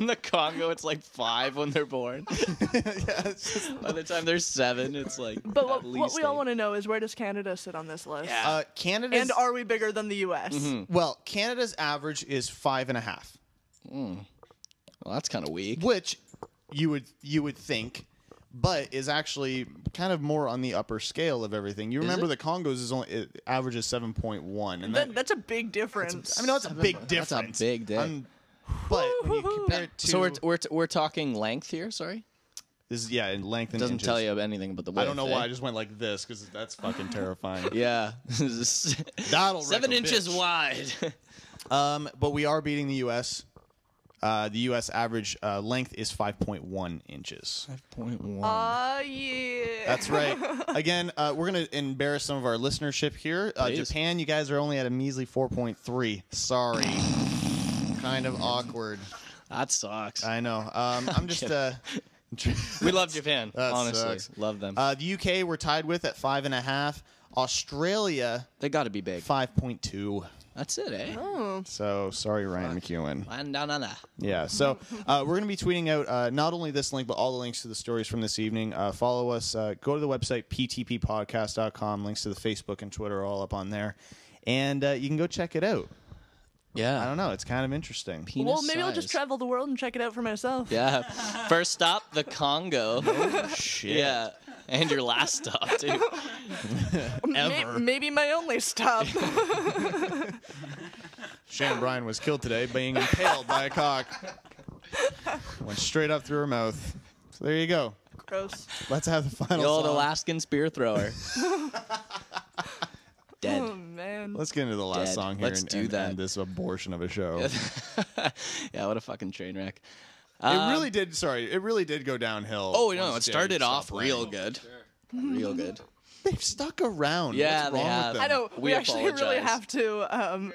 B: in the Congo, it's like five when they're born. By the time they're seven, it's like.
C: But what,
B: at
C: what
B: least
C: we all want to know is where does Canada sit on this list?
D: Uh, Canada's
C: and are we bigger than the U.S.?
B: Mm-hmm.
D: Well, Canada's average is five and a half,
B: Hmm. Well, that's kind of weak.
D: which you would you would think, but is actually kind of more on the upper scale of everything. You remember
B: it?
D: the Congo's is only it averages seven point one, and
C: That,
D: that-
C: that's a big difference.
D: I mean, no, it's a big difference.
B: That's a big dick.
D: Um, but when you compare it to
B: so we're, we're, we're talking length here. Sorry,
D: this is yeah, in length
B: it
D: and
B: doesn't
D: inches.
B: tell you anything about the width.
D: I don't know
B: eh?
D: why I just went like this because that's fucking terrifying.
B: Yeah,
D: That'll wreck
B: seven
D: a
B: inches
D: bitch.
B: wide.
D: Um, but we are beating the U.S. Uh, the U.S. average uh, length is 5.1 inches.
B: Point one.
C: Ah, yeah.
D: That's right. Again, uh, we're gonna embarrass some of our listenership here. Uh,
B: Please.
D: Japan, you guys are only at a measly 4.3. Sorry. kind of awkward.
B: that sucks.
D: I know. Um, I'm just. Uh,
B: we love Japan.
D: That
B: honestly,
D: sucks.
B: love them.
D: uh, the UK we're tied with at five and a half. Australia
B: they got to be big.
D: 5.2.
B: That's it, eh?
D: So sorry, Ryan McEwen.
B: And down on that.
D: Yeah. So uh, we're going to be tweeting out uh, not only this link, but all the links to the stories from this evening. Uh, follow us. Uh, go to the website, ptppodcast.com. Links to the Facebook and Twitter are all up on there. And uh, you can go check it out.
B: Yeah.
D: I don't know. It's kind of interesting.
B: Penis
C: well, maybe I'll just
B: size.
C: travel the world and check it out for myself.
B: Yeah. First stop, the Congo.
D: Shit.
B: yeah. And your last stop, too.
C: May- maybe my only stop.
D: Shannon Bryan was killed today being impaled by a cock. Went straight up through her mouth. So there you go.
C: Gross.
D: Let's have the final
B: The old
D: song.
B: Alaskan spear thrower.
C: Oh
B: Dead.
C: man.
D: Let's get into the last
B: Dead.
D: song here
B: Let's
D: and,
B: do
D: and
B: that.
D: end this abortion of a show.
B: yeah, what a fucking train wreck.
D: it really did. Sorry, it really did go downhill.
B: Um, Oh, no, it
D: once Jay
B: started off
D: stopped
B: real
D: playing.
B: good. Um, Real good.
D: They've stuck around.
B: Yeah,
D: What's
B: they
D: wrong
B: have.
D: With them?
C: I know. We,
B: We
C: actually really
B: apologize.
C: have to. Um,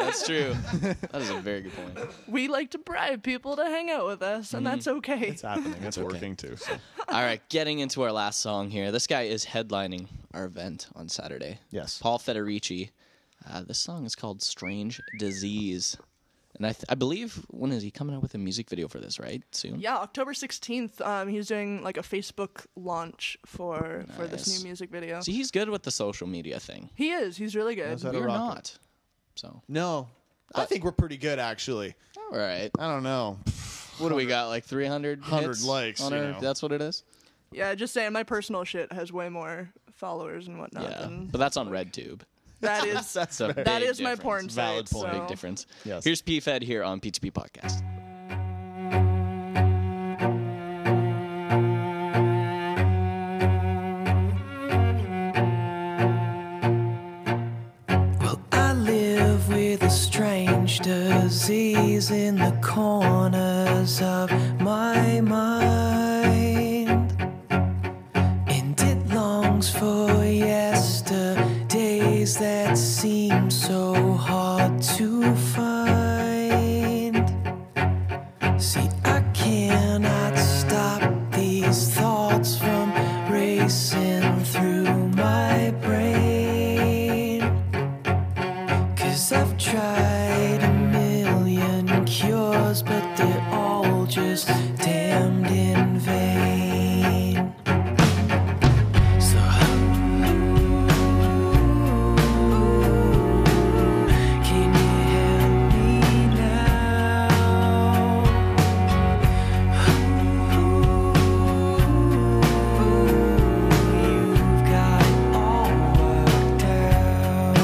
B: That's true. that is a very good point.
C: We like to bribe people to hang out with us, and
B: Mhm.
C: that's okay. It's
D: happening. That's working too.
B: All right, getting into our last song here. This guy is headlining our event on Saturday.
D: Yes.
B: Paul Federici. Uh, this song is called Strange Disease. And I, th- I believe, when is he coming out with a music video for this, right? Soon?
C: Yeah, October 16th, um, he's doing like a Facebook launch for for this
B: Nice.
C: new music video.
B: See, he's good with the social media thing.
C: he is. He's really good.
B: Knows how to We're rock it. not. So.
D: No.
B: Uh,
D: I think we're pretty good, actually.
B: All right.
D: I don't know.
B: What do we got? Like 300
D: 100
B: hits
D: likes,
B: on
D: you
B: our-
D: know.
B: That's what it is?
C: Yeah, just saying, my personal shit has way more followers and whatnot.
B: yeah.
C: Than
B: But that's on RedTube.
C: that is
B: That's
C: that's
B: a big
C: my
B: difference.
C: porn
B: Valid
C: site.
B: point.
C: so-
B: Big difference. Yes. Here's P Fed here on P2P Podcast.
Q: I live with a strange disease in the corners of my mind. And it longs for yesterdays that seem so hard to find. See, I cannot stop these thoughts from racing through my brain. Cause I've tried a million cures, but they're all just damned in vain. So can you help me now? You've got it all worked out.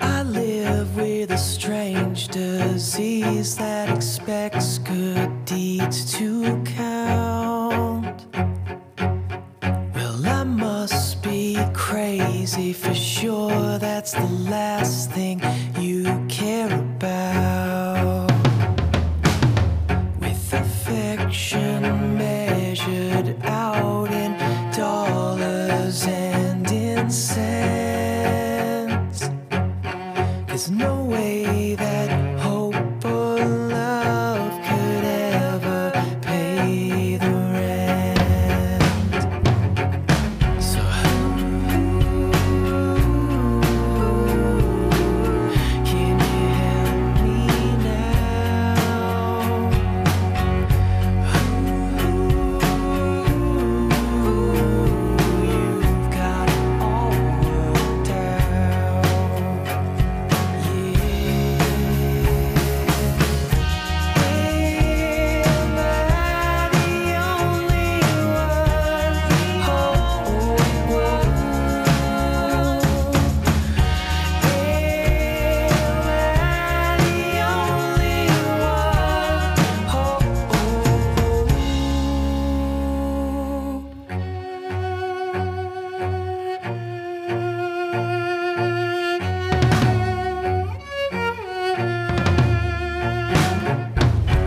Q: I live with a strange disease that expects good deeds to count. Well, I must be crazy for sure. That's the last thing you care about. With affection measured out in dollars and in cents. There's no way that hope or love could ever pay the rent. So who can you help me now? Who you've got it all worked out?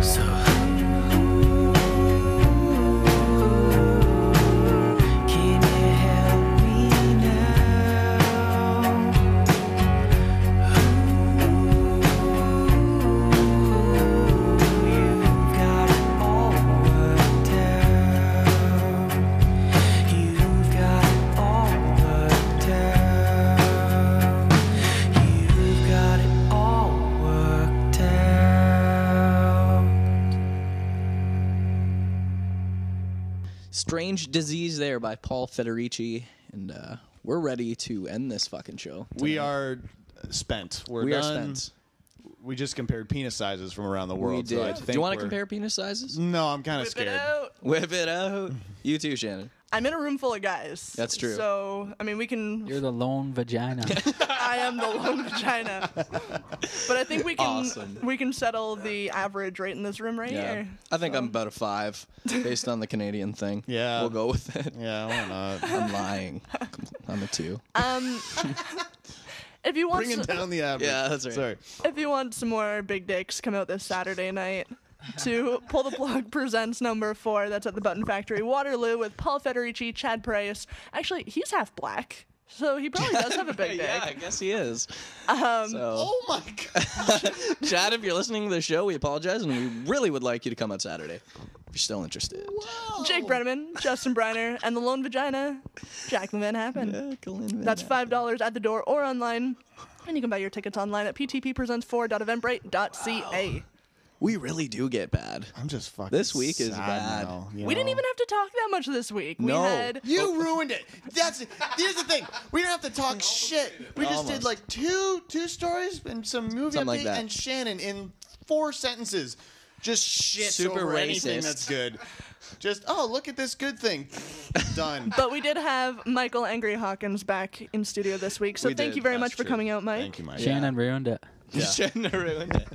Q: So can you help me now? You've got it all worked out. You've got it all worked out. You've got it all worked out.
B: Strange Disease there by Paul Federici. And uh, we're ready to end this fucking show.
D: We are spent. We're
B: We are
D: done.
B: spent.
D: We just compared penis sizes from around the world. so I
B: did. Do you
D: think
B: wanna
D: we're-
B: compare penis sizes?
D: No, I'm kind of
C: Whip it
D: scared.
C: out.
B: Whip it out. You too, Shannon.
C: I'm in a room full of guys.
B: That's true.
C: So I mean, we can.
J: You're the lone vagina.
C: I am the lone vagina. But I think we can
B: Awesome.
C: we can settle the average right in this room right here.
B: I think I'm about a five based on the Canadian thing. Yeah. We'll go with it.
D: Yeah, why not?
B: I'm lying. I'm a two.
C: Um, If you want,
D: Bringing
C: some,
D: down the average.
B: Yeah, that's right.
D: Sorry.
C: if you want some more big dicks, come out this Saturday night to pull the plug presents number four. That's at the Button Factory, Waterloo, with Paul Federici, Chad Price. Actually, he's half black, so he probably does have a big dick.
B: yeah, I guess he is.
C: Um,
B: Oh
D: my
B: god, Chad! If you're listening to the show, we apologize, and we really would like you to come on Saturday. If you're still interested,
C: Jake Brenneman, Justin Briner, and the Lone Vagina, Jacqueline Van Happen. That's five dollars at the door or online, and you can buy your tickets online at ptppresents4.eventbrite.ca.
B: we really do get bad. I'm
D: just fucking.
B: This week is
D: sad
B: bad.
D: now,
C: We didn't even have to talk that much this week.
B: No.
C: We had
D: You ruined it. That's here's the thing. We don't have to talk shit. We just
B: Almost.
D: did like two two stories and some movie
B: Something
D: update
B: like that.
D: and Shannon in four sentences. Just shit
B: Super
D: over anything
B: racist.
D: that's good. Just oh look at this good thing. Done.
C: But we did have Michael Angry Hawkins back in studio this week, so
D: We
C: thank
D: did.
C: you very
D: That's
C: much for
D: true.
C: coming out, Mike.
D: Thank you, Mike.
J: Shannon ruined it.
B: Shannon ruined it.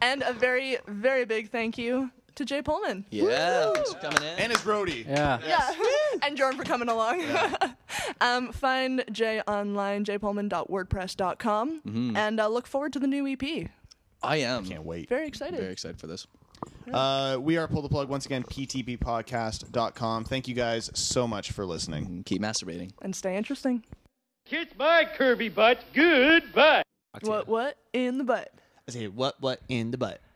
C: And a very, very big thank you to Jay Pullman.
B: Yeah, thanks for coming in.
D: And his roadie.
J: Yeah.
C: Yeah. and Jordan for coming along. um, find Jay online, jpullman.wordpress.com,
B: Mhm.
C: and uh, look forward to the new EP.
B: I am.
D: can't wait.
C: Very excited.
B: Very excited for this.
D: Uh, we are pull the plug once again. PTPpodcast.com. Thank you guys so much for listening.
B: Keep masturbating.
C: And stay interesting.
R: Kiss my curvy butt. Goodbye.
C: What, what in the butt?
D: I say what what in the butt.